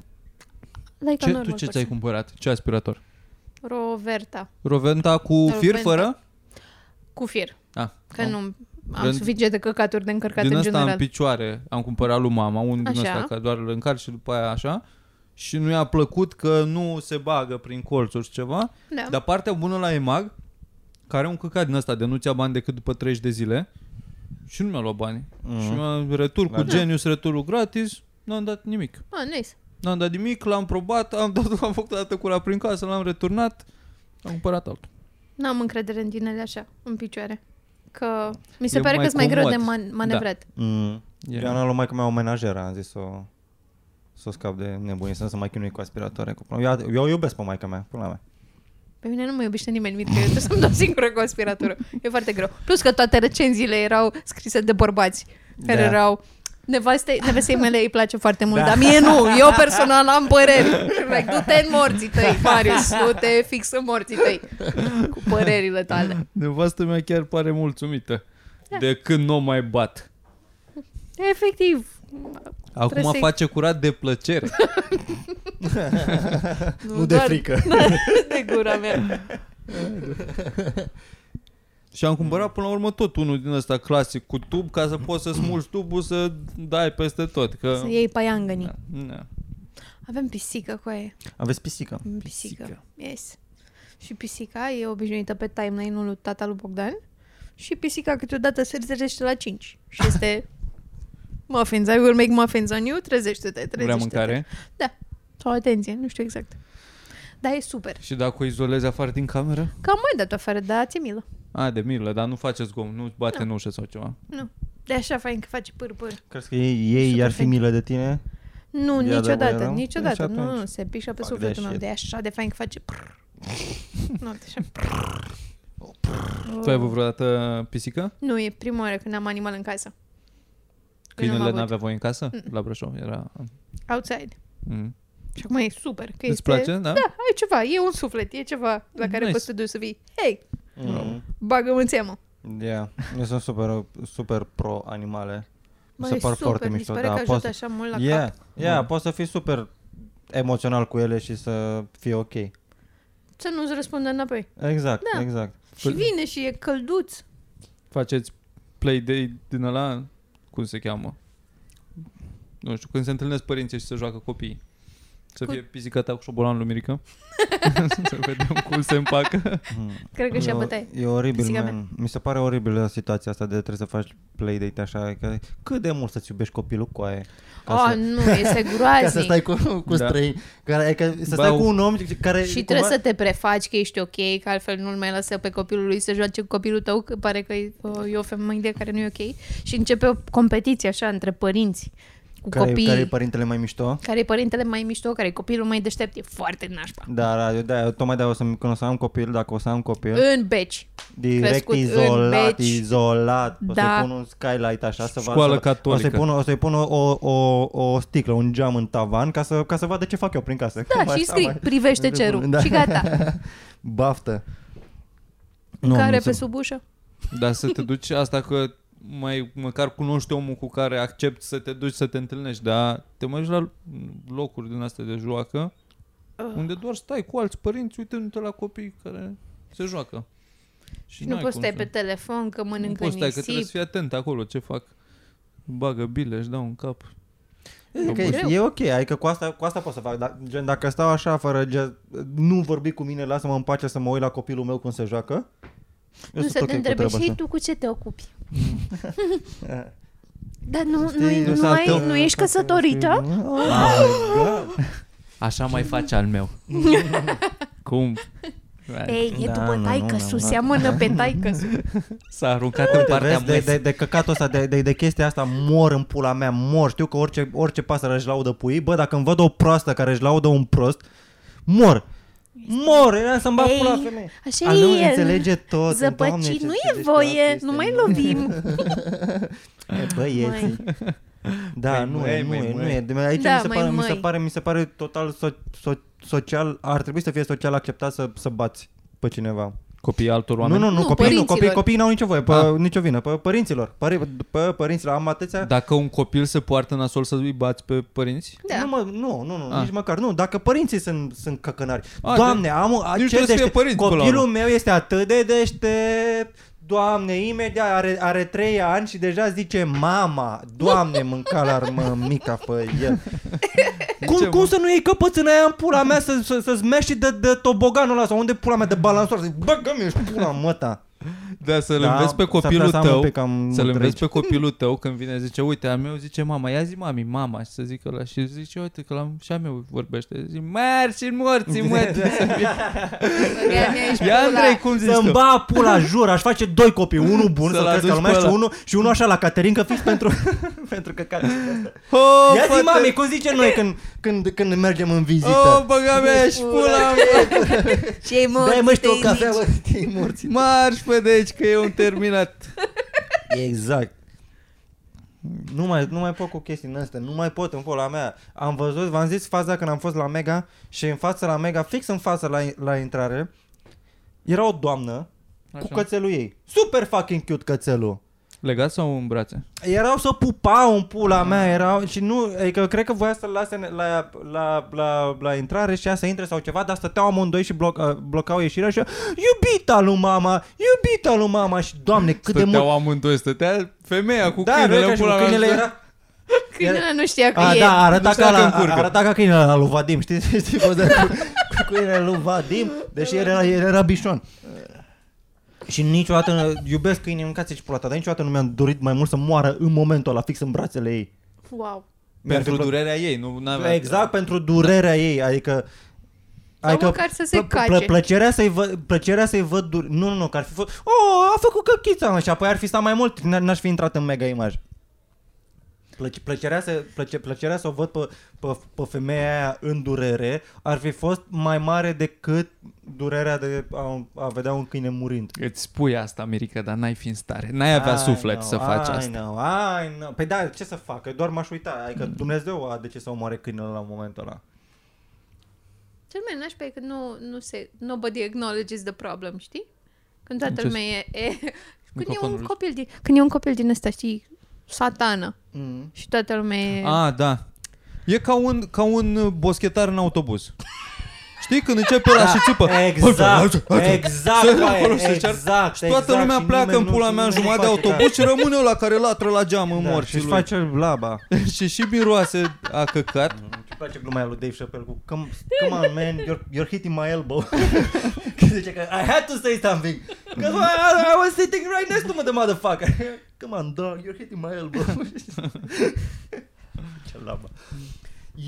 F: Like
C: Ce, tu ce ți-ai cumpărat? Ce aspirator?
F: Roverta,
C: Roventa cu fir
F: Roventa.
C: fără?
F: cu fir,
C: Ah,
F: că nu am
C: Rând-
F: suficient de căcaturi de încărcat
C: din
F: în
C: ăsta în
F: general.
C: picioare am cumpărat lui mama, un din
F: Așa.
C: ăsta, că doar îl încarci și după aia așa. Și nu i-a plăcut că nu se bagă prin colțuri și ceva.
F: Da.
C: Dar partea bună la EMAG, care e un căcat din ăsta de nu-ți ia bani decât după 30 de zile, și nu mi-a luat bani. Mm-hmm. Și mi-a retur cu
E: Mhm. Da.
C: Genius, returul gratis, n-am dat nimic.
F: Ah, nice.
C: N-am dat nimic, l-am probat, am, dat, am făcut o dată cura prin casă, l-am returnat, am cumpărat altul.
F: N-am încredere în din ele așa, în picioare. Că mi se
C: E
F: pare
C: mai
F: că mai greu de
C: comod. Da.
F: man- manevrat.
E: Mm.
C: E-
E: Eu am luat mai mea o menajeră, am zis să să scap de nebunie, să nu se mai chinui cu aspiratoare. Cu... Eu, eu o iubesc pe maica mea, până la mea.
F: Pe mine nu mă iubește nimeni, mit, că eu trebuie să-mi dau singură cu aspiratorul. E foarte greu. Plus că toate recenziile erau scrise de bărbați, care
E: Da.
F: erau... Nevastei, nevestei mele îi place foarte
G: Da.
F: mult, dar mie nu, eu personal am păreri. Like, du-te în morții tăi, Marius, du-te fix în morții tăi, cu părerile tale.
C: Nevastă mea chiar pare mulțumită
F: Da.
C: de când nu o mai bat.
F: Efectiv, Trebuie
C: Acum
F: să-i-
C: face curat de plăcere.
G: Nu de
F: doar
G: frică.
F: de gura mea.
C: Și am cumpărat până la urmă tot unul din ăsta clasic cu tub ca să poți să smulgi tubul să dai peste tot. Că...
F: Să iei paiangănii.
C: Da, da.
F: Avem pisică cu aia.
E: Aveți pisică.
F: Pisică. pisică. Yes. Și pisica e obișnuită pe timeline-ul lui tata lui Bogdan și pisica câteodată se trezește la 5 și este muffins. I will make muffins on you, trezește-te, trezește-te.
C: Vrea mâncare.
F: Sau atenție, nu știu exact. Dar e super.
C: Și dacă o izolezi afară din cameră?
F: Cam mai dat afară, dar ți milă.
C: A, de milă, dar nu face zgomot, nu bate
F: Da.
C: în ușă sau ceva.
F: De așa fain că face pâr-pâr.
E: Crezi că ei, ei
F: Super
E: i-ar fi
F: fain.
E: milă de tine?
F: Nu,
E: Ia de
F: niciodată,
E: voie, nu?
F: niciodată.
E: Deci
F: Nu, nu,
E: atunci.
F: se pișă pe
E: Fuck that
F: sufletul meu.
E: shit.
F: De așa de fain că face prr. nu, de așa.
C: Tu ai avut
F: Oh.
C: vreodată pisică?
F: Nu, e prima oară când am animal în casă. Eu n-am
C: Câinele
F: avut.
C: n-avea voie în casă? La Brașov era...
F: Outside.
C: Mm.
F: Și acum e super. Că
C: Îți
F: este...
C: place? Da?
F: Da, ai ceva, e un suflet, e ceva la care
C: Nice.
F: poți să te duci să fii, hei,
E: Mm.
F: bagă-mă în seamă.
E: Yeah. Eu sunt super, super pro animale. Mi se
F: e
E: par foarte
F: mi se
E: mișto,
F: pare
E: da,
F: că ajută
E: poți-
F: așa mult la
E: yeah.
F: cap.
E: Yeah,
C: Mm.
E: poți să fii super emoțional cu ele și să fie ok.
F: Să nu-ți răspundă înapoi.
E: Exact,
F: Da.
E: exact.
F: Și vine și e călduț.
C: Faceți playday din ăla? Cum se cheamă? Nu știu, când se întâlnesc părinții și se joacă copiii. Să
F: Cu-
C: fie pisica ta cu șobolanul lui Mirica. să vedem cum se împacă.
F: Cred că și-a
E: E o-
F: bătaie.
E: E oribil,
F: Pisica mea.
E: man. Mi se pare oribilă situația asta de trebuie să faci playdate așa. Că cât de mult să-ți iubești copilul cu aia.
F: Oh, nu, este
G: Ca să
F: groaznic.
G: stai cu, cu
C: Da.
G: străini. Care, adică să stai
C: Bau.
G: cu un om care...
F: Și trebuie să te prefaci că ești ok, că altfel nu-l mai lăsă pe copilul lui să joace cu copilul tău, că pare că e, uh, e o femeie care nu e ok. Și începe o competiție așa între părinți cu
E: Care,
F: copiii.
E: care e părintele mai mișto?
F: care e părintele mai mișto, care e copilul mai deștept, e foarte nașpa.
E: Da, da, eu de-aia, tocmai de-aia o să-mi, când o să am copil, dacă o să am copil,
F: În beci.
E: direct
F: crescut în
E: izolat,
F: beci.
E: izolat, o
F: Da.
E: să-i pun un skylight așa, să
C: Școală
E: vadă, o
C: catolică.
E: să-i pun, o, să-i pun o, o, o, o sticlă, un geam în tavan, ca să, ca să vadă ce fac eu prin casă. Cum
F: Da,
E: așa
F: și scrii,
E: mai-
F: privește cerul
G: Da.
F: și gata.
G: Baftă.
E: Nu,
F: Care
E: nu
F: pe
E: se-
F: sub ușă?
C: Dar să te duci asta că mai măcar cunoști omul cu care accepti să te duci să te întâlnești, dar te mai duci la locuri din astea de joacă
E: Uh,
C: unde doar stai cu alți părinți uitându-te la copii care se joacă. Și
F: Nu
C: n-ai
F: poți
C: cum
F: stai
C: să-
F: pe telefon că
C: Nu
F: mănâncă
C: poți stai, că trebuie
F: nisip.
C: să fii atent acolo ce fac. bagă bile, își dau un cap.
E: E ok,
F: greu.
E: e ok, adică cu asta, cu asta pot să fac, dar, gen, dacă stau așa fără, gen, nu vorbi cu mine, lasă-mă în pace să mă uit la copilul meu cum se joacă. eu
H: Nu
E: sunt
H: să
E: ok
H: te
E: cu
H: întrebe
E: treaba
H: și
E: asta.
H: tu cu ce te ocupi. Dar nu, nu,
E: Știi,
H: nu,
E: s-a
H: ai,
E: întâmplat-
H: nu ești căsătorită?
E: Oh Ah.
D: Așa mai face al meu.
C: Cum?
H: Ei, e
E: Da,
H: după
E: nu,
H: taică
E: nu, nu,
H: su,
E: nu.
H: seamănă pe taică su.
D: S-a aruncat în
E: Uite,
D: partea
E: vezi, de,
D: mea.
E: de, de căcatul ăsta, de, de, de chestia asta, mor în pula mea, mor. Știu că orice, orice pasăre își laudă pui. Bă, dacă îmi văd o proastă care își laudă un prost, mor. Mor, era să-mi bag
H: Ei,
E: pula femeie.
H: Așa
E: Al meu
H: e.
E: înțelege tot. Doamne,
H: Zăpăcit,
E: ce
H: nu e
E: înțelegi
H: voie,
E: toate
H: nu mai
E: chestiile.
H: lovim.
E: E, Băieți. Da,
C: Măi,
E: nu
C: măi,
E: e, nu
C: măi,
E: e, nu
C: măi.
E: e. De- Aici
F: Da,
E: mi, se
F: măi,
E: pare, mi se
F: măi.
E: pare, mi se pare total so- so- social, ar trebui să fie social acceptat să, să bați pe cineva.
C: Copiii altor
E: Nu,
C: oameni?
E: nu, nu,
F: Nu,
E: copiii nu, copiii,
F: părinților.
E: copiii n-au nicio voie, pe,
C: Ah.
E: nicio vină, pe părinților, pe, pe părinților, am atâția...
C: Dacă un copil se poartă nasol să îi bați pe părinți?
F: Da.
E: Nu, mă, nu, nu, nu
C: Ah.
E: nici măcar, nu, dacă părinții sunt, sunt căcănari.
C: Ah,
E: Doamne, am, a,
C: deci trebuie
E: ce
C: să fie
E: deștept,
C: părinți, până la
E: copilul
C: urmă.
E: meu este atât de deștept, Doamne, imediat are, are 3 ani și deja zice mama, Doamne, mânca la mă, mica pe el.
C: ce,
E: cum,
C: mă?
E: cum să nu iei căpățâna aia în pula mea să, să, să smeși de, de toboganul ăla sau unde pula mea de balansor? Zic, bă, că mi-ești pula măta.
C: Da, să-l
E: Da,
C: înveți pe
E: s-ar putea
C: copilul
E: să am un
C: tău,
E: pic cam
C: să-l
E: mult
C: înveți
E: rage.
C: pe copilul tău când vine, zice, uite, al meu zice mama, ia zi mami, mama, și să zică ăla, și zice, uite că l-am, și al meu vorbește, zice, mergi în morții, mă, ia Andrei, cum zici
E: Da. Să-mi
C: tu?
E: ba pula, jur, aș face doi copii, unul bun,
C: Să-l
E: să-l cresc
C: aduci
E: ca lumea
C: pe
E: și
C: ăla.
E: unul, și unul așa la Caterin, că fix pentru, pentru că
C: Oh,
E: Ia zi,
C: fată-
E: mami, cum zicem noi când, când, când mergem în
C: Oh,
E: vizită?
C: băga mea, și pula mea,
H: Ce
E: Dai mă, știu o
H: mă,
E: cafea, mă, te-ai morți.
C: marș pe de aici, că e un terminat.
E: Exact. Nu mai, nu mai pot cu chestii în astea, nu mai pot în pula mea. Am văzut, v-am zis faza când am fost la Mega și în fața la Mega, fix în fața la, la intrare, era o doamnă Așa. cu cățelul ei. Super fucking cute cățelul.
C: Legat sau în brațe?
E: Erau să pupau în
C: Da.
E: pula mea, erau și nu, adică cred că voia să-l lase la, la, la, la intrare și ea să intre sau ceva, dar stăteau amândoi și bloc, uh, blocau ieșirea și eu, iubita lui mama, iubita lui mama și doamne cât de
C: Stăteau
E: mult.
C: amândoi, stătea femeia cu
E: Da,
C: câinele,
E: era ca și
C: pula
E: cu
C: mea,
E: câinele
C: stătea-
E: era...
F: Câinele nu știa că
E: A,
F: e.
E: da, arăta
C: ducea
E: ca,
C: că
E: la,
C: încurcă.
E: arăta ca câinele la lui Vadim, știi? știi poza cu, cu câinele lui Vadim, deși el era, el era bișon. Și niciodată, iubesc câinii, mâncați și pula ta, dar niciodată nu mi-am dorit mai mult să moară în momentul ăla, fix în brațele ei.
F: Wow.
E: Mi-ar fi
C: Pentru
E: plăcut-
C: durerea ei, nu n-avea...
E: Exact, pentru durerea ei, adică...
F: Sau măcar să se
E: plă- plă-
F: cace.
E: plăcerea să-i văd, plăcerea să-i văd dur- nu, nu, nu, că ar fi fost, oh, a făcut căchița, mă, și apoi ar fi stat mai mult, n- n-aș fi intrat în mega imaj. Plăce- plăcerea, să, plăce- plăcerea să o văd pe, pe, pe femeia aia în durere ar fi fost mai mare decât durerea de a, a vedea un câine murind.
C: Îți spui asta, Mirica, dar n-ai fi în stare. N-ai avea
E: I
C: suflet
E: know,
C: să faci
E: I
C: asta. Mm.
E: Know, I know. Păi da, ce să fac? Eu doar m-aș uita. Adică Dumnezeu a de ce să omoare câinele la momentul ăla.
F: Cel mai nașpa e că nu, nu se, nobody acknowledges the problem, știi? Când toată
C: Ce-
F: lumea e, e când, e
C: Microfonul.
F: un copil din, când e un copil din ăsta, știi, satană
E: Mm.
F: și toată lumea e...
C: A, da. E ca un, ca un uh, boschetar în autobuz. Știi, când începe
E: Da.
C: ăla și țipă.
E: Exact, exact,
C: Să-l
E: aia,
C: acolo să
E: exact,
C: ceartă. Și toată lumea
E: și
C: pleacă
E: nimeni
C: în
E: nu-
C: pula mea în
E: nimeni nu
C: jumătate de
E: face
C: autobuz și rămâne ăla care latră la geam în
E: ca- Da,
C: morții
E: și-și
C: lui.
E: face blaba.
C: Și și miroase a căcat.
E: Îmi place gluma aia lui Dave Chappelle cu Come, come on man, you're, you're hitting my elbow. Că zice că I had to say something. Because I, I was sitting right next to the motherfucker. Come on dog, you're hitting my elbow. Ce labă.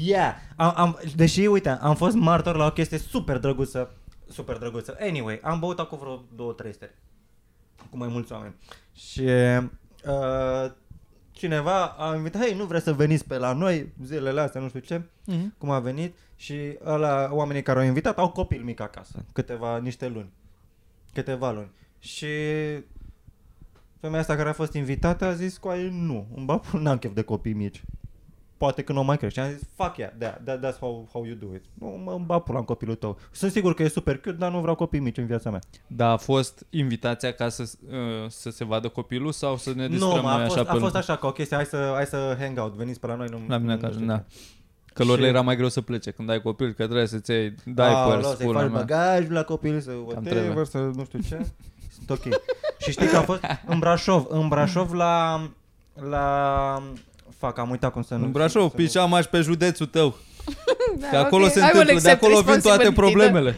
E: Yeah. Am, am, deși, uite, am fost martor la o chestie super drăguță. Super drăguță. Anyway, am băut acum vreo două, trei steri. Cu mai mulți oameni. Și uh, cineva a invitat, hei, nu vreți să veniți pe la noi zilele astea, nu știu ce, mm-hmm. cum a venit. Și ăla, oamenii care au invitat au copil mic acasă, câteva, niște luni. Câteva luni. Și femeia asta care a fost invitată a zis cu aia, nu, îmi bag, pula, n-am chef de copii mici poate când o mai crește. Am zis, fuck yeah, that, that, that's how, how you do it. Nu, mă îmi bag pula în copilul tău. Sunt sigur că e super cute, dar nu vreau copii mici în viața mea.
C: Da, a fost invitația ca să, uh, să se vadă copilul sau să ne distrăm
E: Nu, mă,
C: noi
E: a fost,
C: așa pe
E: a fost
C: lângă?
E: așa ca o chestie, hai să, hai să hang out, veniți pe la noi. Nu,
C: La mine
E: nu
C: acasă,
E: știu
C: da.
E: ce.
C: Că lor
E: Și-
C: le era mai greu să plece când ai copil, că trebuie să-ți iei diapers,
E: Aoleu, să-i
C: pula
E: faci
C: mea.
E: bagajul la copil, să
C: trebuie.
E: whatever, să nu știu ce. Sunt ok. și știi că a fost în Brașov, în Brașov la La... Fac, am uitat cum să nu...
C: În Brașov,
E: să nu-
C: pișamaș pe județul tău.
H: Da,
C: Că acolo
H: ok.
C: se
H: I will
C: întâmplă, de
H: accept
C: acolo vin toate
H: responsibility,
C: problemele.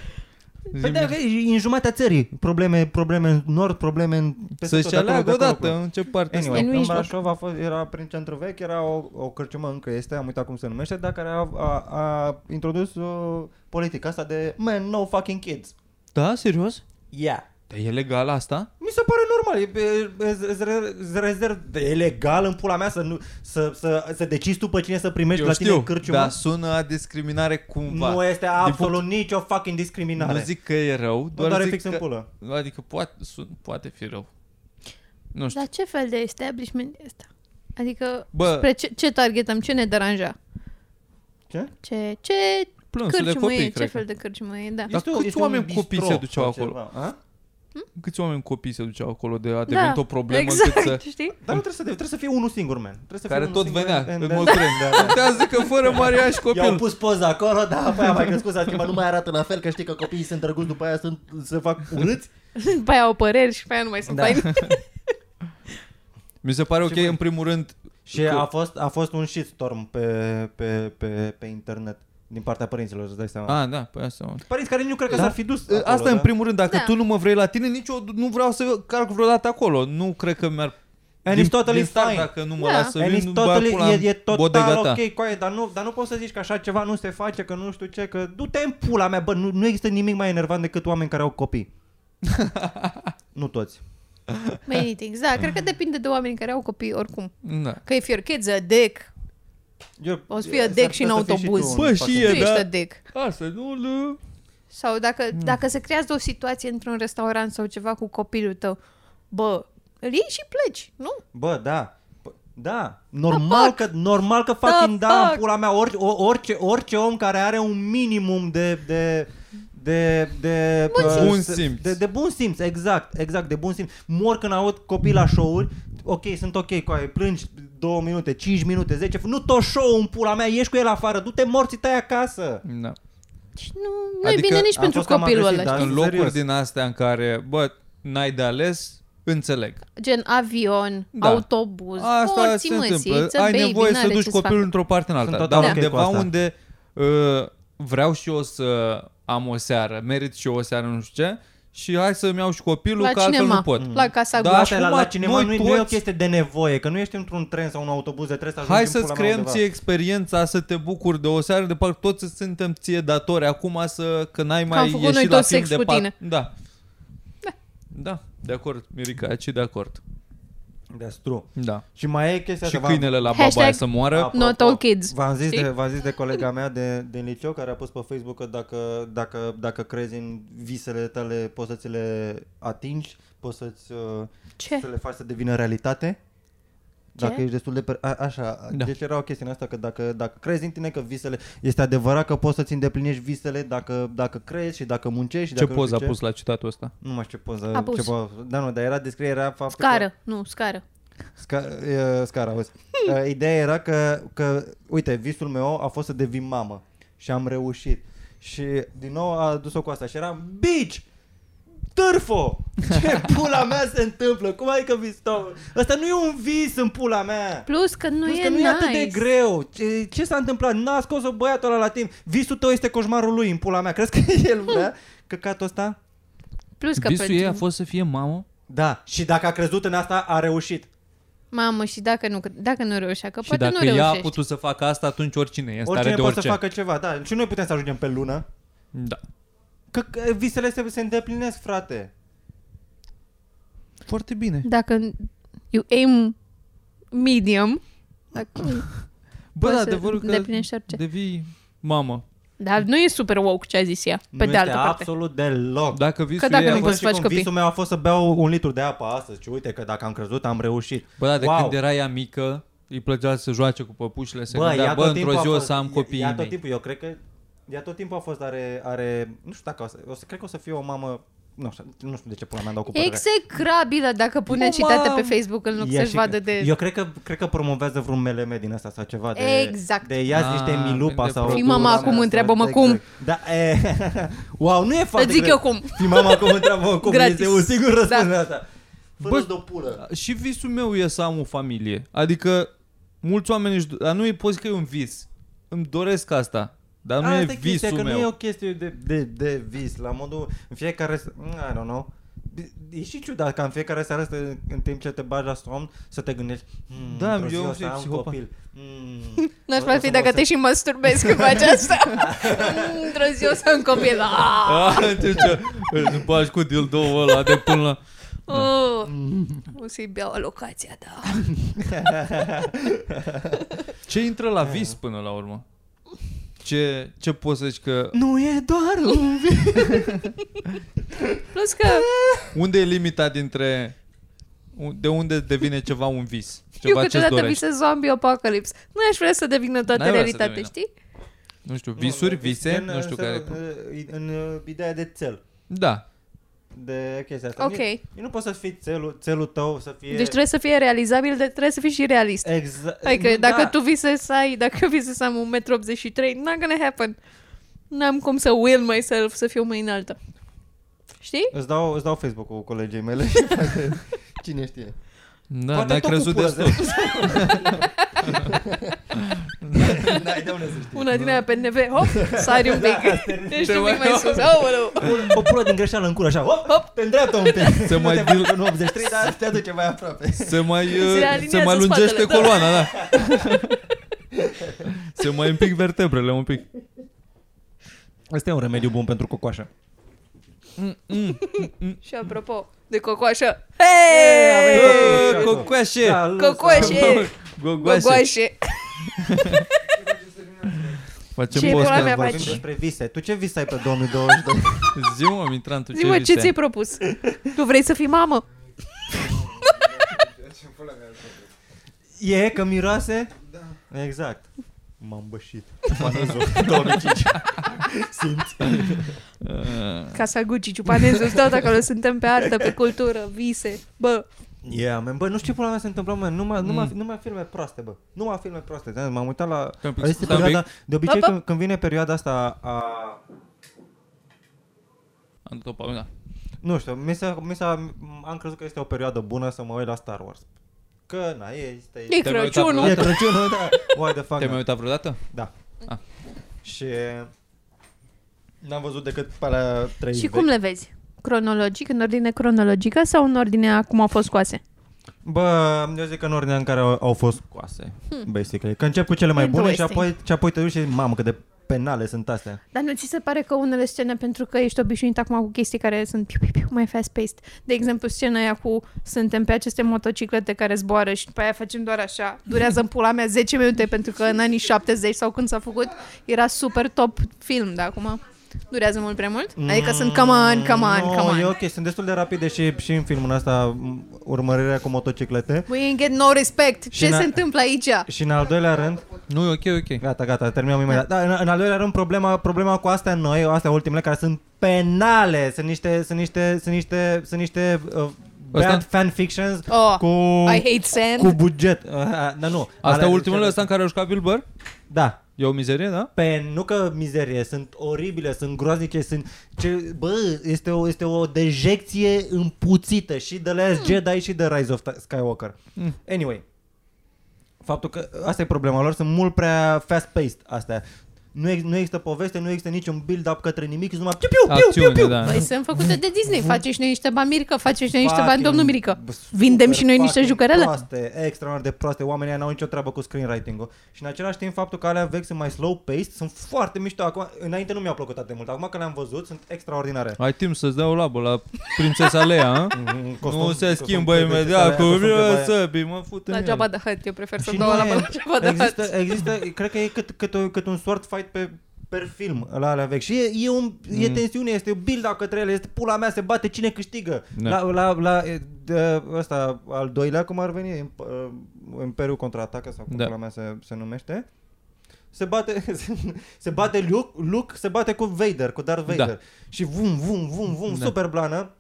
E: Păi da, că e în jumătatea țării. Probleme, probleme în nord, probleme în... peste tot,
C: Să-și
E: de acolo,
C: aleagă
E: de acolo,
C: odată
E: acolo.
C: în ce parte
E: Anyway,
F: E, nu
E: în
F: ești
E: Brașov a fost, era prin centru vechi, era o, o cărciumă încă este, am uitat cum se numește, dar care a, a, a introdus o politica asta de man, no fucking kids.
C: Da, serios?
E: Yeah.
C: Dar e legal asta?
E: Mi se pare normal, e, e, e, e, rezerv, e legal în pula mea să, nu, să, să, să decizi tu pe cine să primești
C: Eu
E: la tine
C: știu,
E: în cărciumă.
C: dar sună a discriminare cumva.
E: nu este absolut nicio fucking discriminare.
C: Nu zic că e rău,
E: Mă
C: doar
E: doare
C: zic
E: fix
C: că...
E: în pulă.
C: Adică poate, sun, poate fi rău. Nu știu.
F: Dar ce fel de establishment e ăsta? Adică,
C: Bă.
F: Bă.
E: Da.
F: spre ce, ce targetăm? Ce ne deranja?
E: Ce?
F: Ce, ce
C: Plânsurile
F: cârciumă e?
C: copii,
F: Ce
C: cred.
F: fel de cârciumă e? Da.
C: Dar
E: Este o-
C: câți
E: este un
C: oameni copii
E: bistro
C: se
E: sau
C: duceau acolo?
E: ceva, a?
C: Câți oameni copii se duceau acolo de a
F: da.
C: devenit o problemă
F: exact,
C: încât să...
F: știi?
E: Dar nu trebuie să, trebuie să fie unul singur, man. Trebuie să
C: Care
E: fie unul
C: tot
E: singur
C: venea,
E: and
C: în
E: then-
C: mod trend.
E: Da, da.
C: Contează că fără Maria și
E: I-au
C: copil.
E: pus poza acolo, dar apoi
G: Aia
E: am
G: mai crescut, s-a schimbat, nu mai arată la fel, că știi că copiii sunt drăguți, după aia sunt, se fac urâți.
F: După aia au păreri și pe aia nu mai sunt da. faini.
C: Mi se pare ok,
E: voi?
C: în primul rând,
E: Și a fost, a fost un shitstorm pe, pe, pe, pe internet din partea părinților, îți dai seama. Da?
C: A, da, păi asta mă-
E: Ah. Părinți care nici nu cred că s-ar fi dus acolo,
C: Asta în
E: da?
C: primul rând, dacă
F: Da.
C: tu nu mă vrei la tine, nici eu nu vreau să calc vreodată acolo. Nu cred că mi-ar...
E: And
C: din-
E: it's totally
C: din start,
E: fine.
C: Dacă nu mă
F: Da.
C: lasă să
E: And
C: vin,
E: it's
C: bag pula
E: totally,
C: în
E: e, e total
C: bodega ta.
E: ok, coaie, dar nu, dar nu poți să zici că așa ceva nu se face, că nu știu ce, că du-te în pula mea, bă, nu, nu există nimic mai enervant decât oameni care au copii. nu toți.
F: Many things. Da, cred că depinde de oamenii care au copii oricum.
C: Da.
F: Că if your kid's a dick,
E: Eu,
F: O să fie
E: s-ar
F: dec
E: putea
F: și în
E: să fii
F: autobuz.
E: tu un
C: Bă, și
E: fucking-
F: tu
C: E,
F: ești
C: da.
F: a dick.
C: Asta nu le...
F: Sau dacă,
E: Hmm.
F: dacă se creează o situație într-un restaurant sau ceva cu copilul tău, bă, îl iei și pleci, nu?
E: Bă, da. Bă, Da, normal că, normal că
F: The
E: fucking da,
F: fuck?
E: în pula mea, orice, o- orice, orice om care are un minimum de, de, de, de
C: Bun
E: uh,
C: simț. Bun
E: se-
C: simț.
E: De, de bun simț, exact, exact, de bun simț. Mor când aud copii la show-uri, ok, sunt ok, cu ai plângi două minute, 5 minute, 10, nu tot show în pula mea, ieși cu el afară, du-te morții tăi acasă.
C: Da.
F: Și nu, nu
C: Adică
F: e bine nici
E: am
F: pentru
E: fost cam
F: copilul
E: agresiv,
F: ăla.
E: da.
F: Da.
C: În locuri
E: serios.
C: din astea în care, bă, n-ai de ales, înțeleg.
F: Gen avion,
C: Da.
F: da. autobuz,
C: Asta
F: morții
C: se
F: măsii,
C: întâmplă.
F: it's a
C: Ai
F: exact, baby,
C: nevoie să
F: n-are
C: duci
F: ce
C: copilul
F: facă.
C: într-o parte în alta,
E: total
C: dar
E: ok cu
C: undeva
E: asta.
C: unde uh, vreau și eu să am o seară, merit și eu o seară, nu știu ce, și hai să-mi iau și copilul,
F: La
C: că altfel
F: cinema.
C: nu pot.
F: La casa
C: Da,
F: da,
E: Asta e la,
C: acum
E: la cinema nu,
C: noi
E: e- nu e o
C: toți-
E: chestie de nevoie, că nu ești într-un tren sau un autobuz de trebuie să ajungi
C: Hai
E: în pula
C: să-ți
E: mea
C: creăm
E: undeva.
C: ție experiența, să te bucuri de o seară, de parcă toți suntem ție datori acum să, că n-ai mai
F: am făcut
C: ieșit
F: noi
C: la
F: toți
C: film
F: sex
C: de
F: cu
C: pat-
F: tine.
C: Da. Da, de acord, Mirica, aici e de acord.
E: That's true.
C: Da.
E: Și mai e chestia
C: Și
E: asta, v-am-
C: câinele la
F: Hashtag-
C: babaia să moară.
E: Apropo,
F: Not all kids.
E: V-am zis,
F: Știi?
E: de, v-am zis de colega mea de, din liceu care a pus pe Facebook că dacă, dacă, dacă crezi în visele tale poți să ți le atingi, poți să-ți, uh,
F: Ce?
E: să le faci să devină realitate. Dacă ești destul de... Per- a, așa,
C: Da.
E: da. deci era o chestie în asta că dacă, dacă crezi în tine că visele... Este adevărat că poți să-ți îndeplinești visele dacă, dacă crezi și dacă muncești. Și
C: Ce
E: dacă nu
C: poză a
E: știu ce.
C: pus la citatul ăsta?
E: Nu mai știu ce poză.
F: A pus.
E: Ce poză. Da, nu, dar era descrierea faptul că-
F: Scară, nu, scară.
E: Sca- e, scara, auzi.
F: Hmm.
E: E, Ideea era că, că, uite, visul meu a fost să devin mamă și am reușit. Și din nou a dus-o cu asta și eram, bitch, târfo, ce pula mea se întâmplă, cum adică vis tău? Ăsta nu e un vis în pula mea.
F: Plus că nu
E: Plus
F: Păi, e
E: că nu
F: nice.
E: e atât de greu. Ce, ce s-a întâmplat? N-a scos-o băiatul ăla la timp. Visul tău este coșmarul lui în pula mea. Crezi că el vrea căcatul ăsta?
F: Plus că
C: Visul
F: pentru...
C: ei a fost să fie mamă?
E: Da. Și dacă a crezut în asta, a reușit.
F: Mamă, și dacă nu, dacă nu reușea, că
C: Și
F: poate nu
C: dacă ea a
F: reușești.
C: putut să facă asta, atunci oricine e în stare
E: Oricine
C: de
E: poate
C: orice.
E: să facă ceva, da. Și noi putem să ajungem pe lună.
C: Da.
E: Că, că visele se, se îndeplinesc, frate.
C: Foarte bine.
F: Dacă you aim medium, dacă
C: Bă,
F: Poți
C: da,
F: să
C: adevărul că
F: îndeplinești orice.
C: devii mamă.
F: Dar nu e super woke ce a zis ea, pe
E: nu
F: de altă
E: este
F: parte.
E: absolut deloc.
C: Dacă visul
F: dacă
C: ei a
F: nu
C: fost...
F: poți să faci
E: cum
F: copii.
E: Visul meu a fost să beau un litru de apă astăzi și uite că dacă am crezut, am reușit.
C: Bă, da, de
E: Wow.
C: când era ea mică, îi plăcea să joace cu păpușile, se
E: Bă,
C: gândea,
E: ea
C: bă,
E: tot
C: într-o
E: timpul a
C: zi o
E: fost-
C: să am
E: ea-
C: copiii
E: Ea
C: mei.
E: tot timpul, eu cred că... Ea tot timpul a fost, are... are nu știu dacă o să, o să... Cred că o să fie o mamă... Nu știu, nu știu de ce pula mea îmi dau cu părerea.
F: Exact, Execrabilă dacă pune
C: Mamă!
F: citate pe Facebook în loc
E: Ea
F: să-și
E: și-
F: vadă de...
E: Eu cred că, cred că promovează vreun meleme din asta sau ceva de,
F: Exact.
E: de ia
C: Ah,
E: niște milupa
C: de
E: sau...
C: produs.
F: Fii mama acum,
E: Sau-
F: întreabă-mă
E: exact.
F: cum.
E: Da, e, wow, nu e foarte
F: Îți zic
E: greu.
F: eu cum.
E: Fii mama acum, întreabă cum.
F: Gratis.
E: Este un singur răspuns
F: Da.
E: da. asta.
G: Fără
C: Bă-
G: de o pulă.
C: Și visul meu e să am o familie. Adică mulți oameni își... do- Dar nu e poți că e un vis. Îmi doresc asta. Dar nu
E: Ah, Asta
C: e
E: e chestia,
C: visul
E: că
C: meu.
E: nu e o chestie de, de, de vis, la modul, în fiecare, s- mm, I don't know, E și ciudat ca în fiecare seară să, în timp ce te bagi la somn să te gândești hmm,
C: Da,
E: într-o
C: eu
E: zi o
C: sunt
E: să am
C: psihopat."
E: copil. Hmm,
F: N-aș
E: o
F: mai
E: să
F: fi
E: mă
F: dacă
E: observ.
F: te și masturbezi când faci asta. Într-o zi o să am copil. Ah!
C: A, ce, ce, îl bagi cu dildoul ăla de până la... Da.
F: Oh, o să-i beau alocația, da.
C: Ce intră la vis până la urmă? Ce, ce poți să zici că...
E: Nu e doar un
F: Plus că
C: Unde e limita dintre... De unde devine ceva un vis?
F: știu
C: Ceva ce-ți
F: câteodată
C: dorești?
F: vise zombie apocalypse. Nu aș vrea să devină toată
C: N-ai vrea să
F: realitate,
C: devină.
F: știi?
C: Nu uh, știu, visuri, vise, nu știu care...
E: În, în, în ideea de țel,
C: Da.
E: de chestia asta.
F: Ok.
E: Nu, e- nu poți să fii țelul, țelul tău, să fie...
F: Deci trebuie să fie realizabil, dar trebuie să fii și realist.
E: Exact.
F: Adică
E: Nu,
F: dacă
E: da.
F: tu visezi să ai, dacă eu visez să am 1,83 m, not gonna happen. N-am cum să will myself să fiu mai înaltă. Știi?
E: da. Îți dau, îți dau Facebook-ul colegii mele.
G: Cine știe?
C: Da,
E: Poate
C: n-ai
E: tot
C: crezut
E: cu pula,
C: destul.
E: N-ai de unde să știi.
F: Una din aia pe NV, hop, sari
C: Da.
F: un pic. Ești un pic mai sus. Aoleu.
E: O pulă din greșeală în cur, așa, hop, hop, te îndreaptă un pic.
C: Se
E: Nu
C: mai
E: te
C: dil-
E: fac în 83, dar te aduce mai aproape.
C: Se mai, uh,
F: realinează
C: se mai lungește
F: spatele, da.
C: coloana, da. se mai împic vertebrele un pic.
E: Asta e un remediu bun pentru cocoașă.
F: Și apropo, de cocoașă. Hei!
E: Hey!
C: Cocoașe!
F: Cocoașe!
C: Gogoașe!
F: Gogoașe! Ce
C: Facem
F: pula mea
C: podcast.
E: Vorbim
F: faci?
E: despre vise. Tu ce vis ai pe 2022?
C: Zi, mă, Mitran, tu ce
F: Zi-mă, ce
C: vise?
F: ți-ai propus? Tu vrei să fii mamă?
E: e că miroase? Da. Exact. M-am bășit.
C: Ah,
F: Casa Gucci, Ciupanezu, tot acolo, suntem pe artă, pe cultură, vise. Bă,
E: Yeah, man. Bă, nu știu ce pula mea se întâmplă, man. Numai, numai,
C: Mm.
E: numai filme proaste, bă. Numai filme proaste. Da, M-am uitat la...
C: Stai un pic,
E: Este
C: stai un
E: perioada, de obicei,
F: Ba, ba.
E: când, când vine perioada asta a...
C: Am dat-o pe da.
E: Nu știu, mi s-a, mi s-a, am crezut că este o perioadă bună să mă uit la Star Wars. Că, na, este...
F: e
C: Te-ai mai uitat
F: Crăciunul.
E: E Crăciunul, da. Why the fuck
C: Te-ai mai
E: not?
C: uitat vreodată?
E: Da.
C: Ah.
E: Și... N-am văzut decât pe alea trei
F: Și cum le vezi? Cronologic, în ordine cronologică sau în ordine cum au fost scoase?
E: Bă, eu zic că în ordinea în care au, au fost coase, hmm. basically. Că încep cu cele mai bune și
F: Interesting.
E: apoi, și apoi te duci și zici, mamă, cât de penale sunt astea.
F: Dar nu ți se pare că unele scene, pentru că ești obișnuit acum cu chestii care sunt piu, piu, piu, mai fast-paced, de exemplu scena aia cu suntem pe aceste motociclete care zboară și după aia facem doar așa, durează în pula mea 10 minute pentru că în anii 70 sau când s-a făcut era super top film, dar acum durează mult prea mult? Adică sunt come on, come on,
E: No,
F: come on.
E: E ok, sunt destul de rapide și, și în filmul ăsta m, urmărirea cu motociclete.
F: We ain't get no respect.
E: Și
F: Ce
E: na-
F: se întâmplă aici?
E: Și în al doilea rând,
C: Nu, e ok, e ok.
E: Gata, gata, terminăm imediat. Da, în, în al doilea rând, problema, problema cu astea noi, astea ultimele, care sunt penale, sunt niște, sunt niște, sunt niște, sunt niște uh,
C: Ăsta?
E: bad fanfictions
F: Oh,
E: cu,
F: I hate sand.
E: cu buget. Uh, da, nu.
C: Asta
E: Alea-
C: e ultimul ăsta în care a jucat Bill Burr?
E: Da.
C: E o mizerie, da?
E: Pe, nu că mizerie, sunt oribile, sunt groaznice, sunt... Ce, bă, este o, este o dejecție împuțită și de Last
C: Hmm.
E: Jedi și de Rise of Ta- Skywalker. Anyway, faptul că asta e problema lor, sunt mult prea fast-paced astea. Nu, ex- nu există poveste, nu există niciun build-up către nimic, sunt numai piu, piu, piu, piu,
C: Acțiune,
E: piu.
C: da.
F: Păi sunt făcute de Disney. Faceți noi niște bani, Mirică, faceți noi niște bani,
E: Fucking
F: domnul Mirică.
E: b- super
F: Vindem și noi niște
E: fucking
F: jucărele?
E: Proaste, extraordinar de proaste. Oamenii ăia n-au nicio treabă cu screenwriting-ul. Și în același timp, faptul că alea vechi sunt mai slow-paced, sunt foarte mișto. Acum, înainte nu mi-au plăcut atât de mult. Acum că le-am văzut, sunt extraordinare.
C: Ai timp să-ți dea o labă la prințesa Leia, a?
E: Mm, costum-
C: Nu se
E: costum
C: schimbă
E: de-
C: imediat cu
E: costum de-
C: săbii, mă fut în
F: La
C: el.
F: geaba de hăt, eu prefer să
E: Și
F: dau
E: nu
F: la
E: e-
F: la geaba de
E: există,
F: hăt.
E: există, cred că e cât, cât, o- cât un sword fight pe per film la alea vechi. Și e, e, un,
C: Mm.
E: e tensiune, este build-up către ele, este pula mea, se bate cine câștigă.
C: Da.
E: La, la, la e, de, ăsta, al doilea, cum ar veni, Imp- uh, Imperiul contraatacă sau cum
C: Da.
E: da. pula mea se, se numește. Se bate, se, se bate Luke, Luke, se bate cu Vader, cu Darth Vader.
C: Da.
E: Și vum, vum, vum, vum,
C: Da.
E: super blană.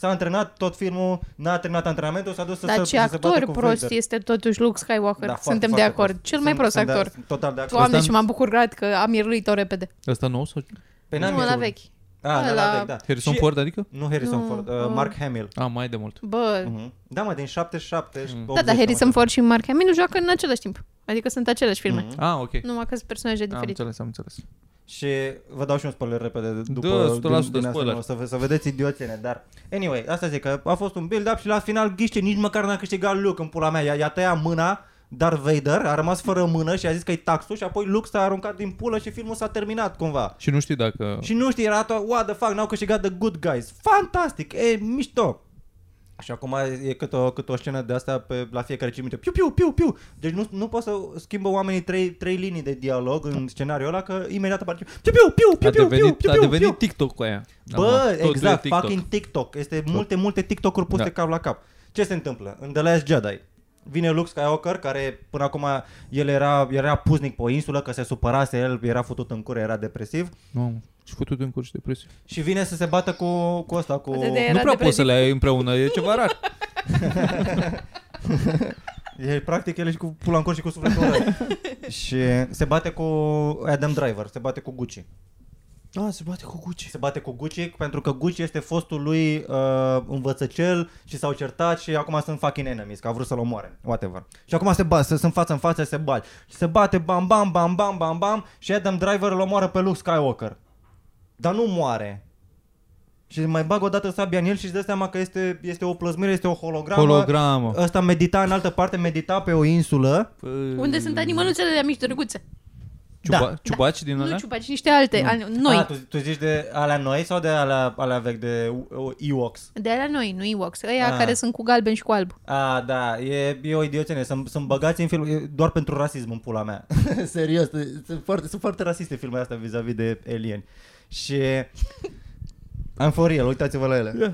E: S-a antrenat tot filmul, n-a terminat antrenamentul, s-a dus să
F: Dar
E: se,
F: ce
E: să se bată
F: actor
E: cu
F: prost
E: Vader.
F: este totuși Luke Skywalker.
E: Da, foarte,
F: Suntem de
E: foarte
F: acord.
E: prost.
F: Cel mai
E: Sunt-
F: prost
E: sunt de-
F: actor.
E: sunt total de acord.
F: Doamne,
C: Ăsta-
F: și m-am bucurat că am ierluit-o repede.
C: Asta nou sau?
E: Păi
F: Nu,
E: n-am
F: la
E: ieșit.
F: vechi.
E: Ah, da,
F: Ăla-
E: da, da.
C: Harrison
E: Și-
C: Ford, adică?
E: Nu Harrison
F: Nu,
E: Ford,
F: uh,
E: uh, Mark Hamill.
C: A, mai de mult.
F: Bă,
E: Mhm. Da, mă, din 77
C: Mm.
E: și 80,
F: da, da, Harrison
E: cam
F: Ford și Mark Hamill joacă în același timp. Adică sunt aceleași filme.
E: Mhm.
C: A, ok.
F: Numai că sunt personaje
C: Am
F: diferite.
C: înțeles, am înțeles.
E: Și vă dau și un spoiler repede după
C: Da, 100%
E: din, din asta,
C: spoiler.
E: nu, să, vă- să vedeți idioțene, dar anyway, asta zic că a fost un build-up și la final ghiște, nici măcar n-a câștigat Luke în pula mea, i-a, i-a tăiat mâna Darth Vader a rămas fără mână și a zis că e taxul și apoi Luke s-a aruncat din pulă și filmul s-a terminat cumva.
C: Și nu știi dacă...
E: Și nu știi, era to- what the fuck, n-au câștigat the good guys. Fantastic, e mișto. Și acum e cât o, cât o scenă de asta pe, la fiecare 5 minute. Piu, piu, piu, piu. Deci nu, nu poți să schimbă oamenii trei, trei linii de dialog în scenariul ăla, că imediat apare piu, piu, piu, piu,
C: A
E: piu, piu,
C: devenit,
E: piu,
C: a
E: piu,
C: devenit
E: piu.
C: TikTok cu aia.
E: Bă,
C: Acum, totul
E: exact,
C: e TikTok.
E: fucking TikTok. Este multe, multe TikTok-uri puse
C: Da.
E: cap la cap. Ce se întâmplă? În The Last Jedi vine Luke Skywalker, care până acum el era, era puznic pe o insulă, că se supărase, el era futut în cură, era depresiv.
C: Nu, și fătut în curs și depresie.
E: Și vine să se bată cu, cu ăsta, cu...
F: Atât de- Era
C: Nu prea poți
F: depresiv.
C: să le ai împreună, e ceva rar.
E: E, practic ele și cu pula în cor și cu sufletul ăla. Și se bate cu Adam Driver, se bate cu Gucci.
C: Da, se bate cu Gucci.
E: Se bate cu Gucci pentru că Gucci este fostul lui uh, învățăcel și s-au certat și acum sunt fucking enemies, că au vrut să-l omoare, whatever. Și acum se bat, sunt față în față, se bat. Și se bate bam bam bam bam bam bam și Adam Driver îl omoară pe Luke Skywalker. Dar nu moare. Și mai bag o dată sabia în el și își dă seama că este, este o plăzmire, este o hologramă.
C: Hologramă.
E: Ăsta medita în altă parte, medita pe o insulă.
F: Unde sunt animăluțele de mici drăguțe?
E: Păi,
C: Ciuba-
E: Da.
C: Ciubaci din
F: Nu
C: alea?
F: ciupaci, niște alte, ale, noi.
E: A, Ah, tu, tu zici de alea noi sau de alea, alea vechi, de uh, Ewoks?
F: De alea noi, nu Ewoks. Ăia
E: Ah.
F: care sunt cu galben și cu alb.
E: A, da, e, e o idioțenie. Sunt, sunt băgați în film e doar pentru rasism în pula mea. Serios, sunt foarte, sunt foarte rasiste filmele astea vis-a-vis de alieni. Și... Am for real, uitați-vă la ele. Yeah.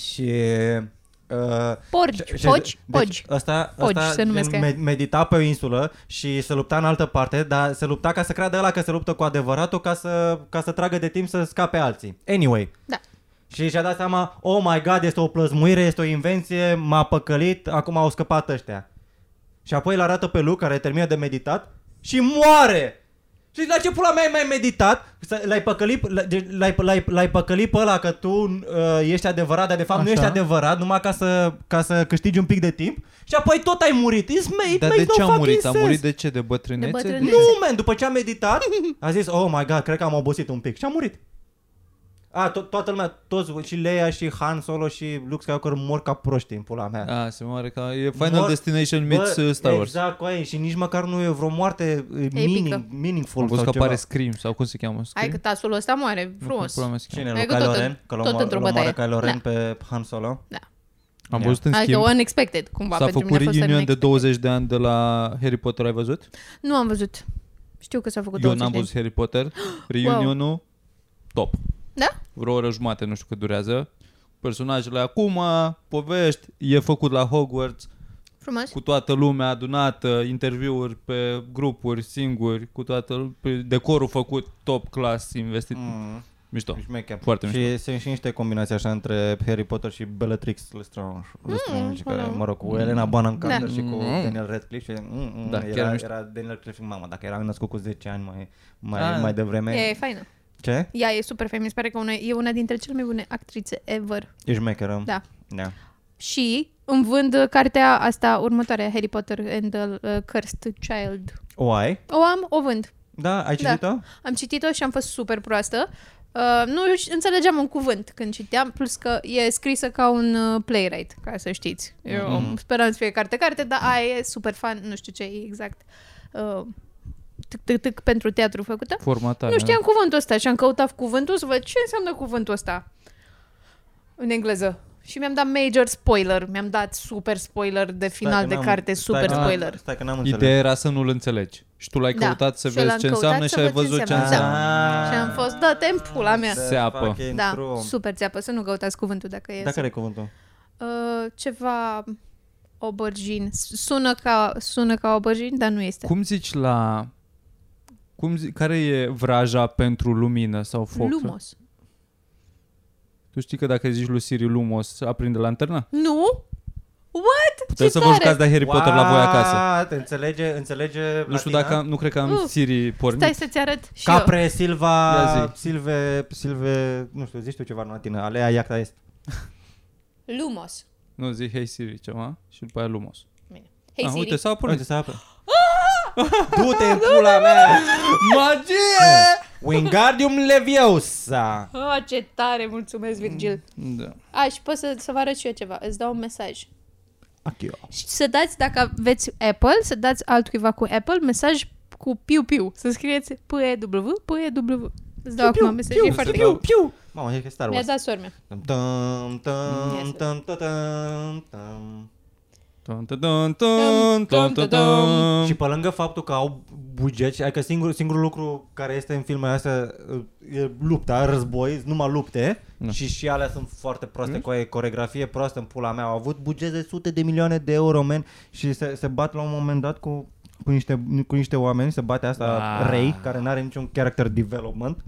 E: Și... Uh,
F: Porci,
E: și- și-
F: poci,
E: deci
F: poci.
E: Asta,
F: Pogi
E: asta
F: se numesc
E: gen,
F: aia.
E: med- medita pe o insulă și se lupta în altă parte, dar se lupta ca să creadă ăla că se luptă cu adevăratul ca să, ca să tragă de timp să scape alții. Anyway,
F: Da.
E: și și-a dat seama, oh my god, este o plăzmuire, este o invenție, m-a păcălit, acum au scăpat ăștia. Și apoi îl arată pe Luke, care termină de meditat, și moare! Și zici, la ce pula mea ai mai meditat? Să- L-ai păcălit, l- deci l-ai, l-ai, l-ai păcălit pe ăla că tu uh, ești adevărat, dar de fapt Așa. nu
C: Așa.
E: ești adevărat, numai ca să, ca să câștigi un pic de timp. Și apoi tot ai murit. It's ma- păi, it
C: Dar
E: makes
C: de ce
E: no
C: a murit? A
E: fucking
C: murit
E: sense.
C: de ce? De bătrânețe?
F: De bătrânețe.
E: Nu, man, după ce a meditat, a zis, oh my god, cred că am obosit un pic. Și a murit. A, to- toată lumea, toți, și Leia, și Han Solo, și Luke Skywalker mor ca proști în pula mea.
C: A, se moare ca... E Final
E: Mor-
C: Destination meets
E: Bă,
C: uh, Star Wars.
E: Exact, cu aia, și nici măcar nu e vreo moarte uh, meaning, meaningful
C: Am văzut că
E: sau ceva.
C: apare Scream sau cum se cheamă?
F: Hai
C: Scream?
F: că tasul ăsta moare, frumos.
C: Nu, cum pula mea se cheamă.
E: Cine, lui
F: Adică
E: Kylo
F: tot în-
E: Ren? Că l-o
F: tot
E: moară-
F: într-o
E: l-o moară
F: bătaie. Da.
E: Kylo Ren pe Han Solo?
C: Am
E: Ia.
C: văzut în
F: Adică
C: schimb.
F: unexpected, cumva,
C: S-a
F: pentru mine
C: făcut
F: a fost
C: reunion de
F: unexpected.
C: 20 de ani de la Harry Potter, ai văzut?
F: Nu am văzut. Știu că s-a făcut
C: Eu
F: 20
C: n-am
F: de
C: văzut Harry Potter. Reunionul, top.
F: Da?
C: Vreo oră jumate, nu știu cât durează. Personajele acum, povești, e făcut la Hogwarts,
F: ani. Frumos.
C: cu toată lumea adunată, interviuri pe grupuri, singuri, cu toată pe decorul făcut top class, investit. Mm.
E: Mm,
C: Mișto.
E: șmecher.
C: Foarte mișto.
E: Și sunt și niște combinații așa între Harry Potter și Bellatrix Lestrange, Lestrange care, mă rog, cu Elena Bonham Carter
F: Mm, Da.
E: și cu
C: Mm.
E: Daniel Radcliffe. Și, mm, mm,
C: Da, chiar
E: era,
C: mișto.
E: era Daniel Radcliffe mama, dacă era născut cu 10 ani mai, mai,
C: Ah.
E: mai devreme.
F: E faină.
E: Ce?
F: Ea e super faină. Mi se pare că una, e una dintre cele mai bune actrițe ever.
E: E șmecheră.
F: Da.
E: Da.
F: Și îmi vând uh, cartea asta următoare, Harry Potter and the uh, Cursed Child.
E: O ai?
F: O am, o vând.
E: Da, ai
F: Da.
E: citit-o?
F: Am citit-o și am fost super proastă. Uh, nu ș- înțelegeam un cuvânt când citeam, plus că e scrisă ca un uh, playwright, ca să știți. Eu
E: Mhm.
F: mm-hmm. speram să fie carte carte, dar aia e super fan, nu știu ce e exact. Uh, tic, tic, tic, pentru teatru făcută.
C: Formatare.
F: Nu
E: da.
F: știam cuvântul ăsta și am căutat cuvântul să văd ce înseamnă cuvântul ăsta în engleză. Și mi-am dat major spoiler, mi-am dat super spoiler de final
E: că
F: de
E: n-am-
F: carte, super
E: stai, că n-am-
F: spoiler.
E: Stai că n-am înțeles.
C: Ideea era să nu-l înțelegi. Și tu l-ai
F: Da.
C: căutat să
F: Și eu l-am
C: vezi ce
F: căutat
C: înseamnă
F: să
C: și ai
F: văd ce
C: văzut ce
F: înseamnă.
C: înseamnă.
F: Și am fost, da, timpul la mea.
C: Seapă.
F: Da, super țeapă, să nu căutați cuvântul dacă e.
E: Da,
F: Dacă...
E: care e cuvântul?
F: Uh, ceva aubergine. Sună ca, sună ca aubergine, dar nu este.
C: Cum zici la... Cum zi... Care e vraja pentru lumină sau foc? da.
F: Lumos.
C: Tu știi că dacă zici lui Siri Lumos, aprinde lanterna?
F: Nu? What?
C: Puteți să vă
F: tare!
C: jucați de Harry Potter la voi acasă.
E: Te înțelege, înțelege
C: Nu știu dacă, am- nu cred că am
F: Uh,
C: Siri
F: Stai
C: pornit.
F: să-ți arăt și eu.
E: Capre, Silva,
C: Ia zi.
E: Silve, Silve, nu știu, zici tu ceva în latină, alea iacta este.
I: Lumos.
C: Nu, zi Hey Siri ceva și după aia Lumos.
I: Hei
C: ah,
I: Siri.
C: uite, s-a pornit.
E: Uite, să apă. Du-te în pula mea!
C: Magie!
E: Wingardium Leviosa!
I: Ah, ce tare, mulțumesc, Virgil.
C: Da.
I: A, și pot să, să vă arăt și eu ceva. Îți dau un mesaj.
E: Achio.
F: Și să dați, dacă aveți Apple, să dați altcuiva cu Apple, mesaj cu piu-piu. Să scrieți PW, PW. Îți dau acum mesaj, e foarte
C: Piu, piu.
E: Mamă, e Star
I: Mi-a
E: Wars.
I: dat sormea.
E: Tum, tum, tum,
I: Yes.
E: tum, tum, tum, tum.
C: Tum, tum, tum, tum, tum, tum, tum.
E: Și pe lângă faptul că au buget, și- adică singur, singurul lucru care este în filmele astea e lupta, război, numai lupte
C: Da.
E: și și alea sunt foarte proaste, cu o coregrafie proastă în pula mea. Au avut buget de sute de milioane de euro, men, și se, se bat la un moment dat cu, cu, niște, cu niște oameni, se bate asta
C: Ah.
E: Rey, care nu are niciun character development.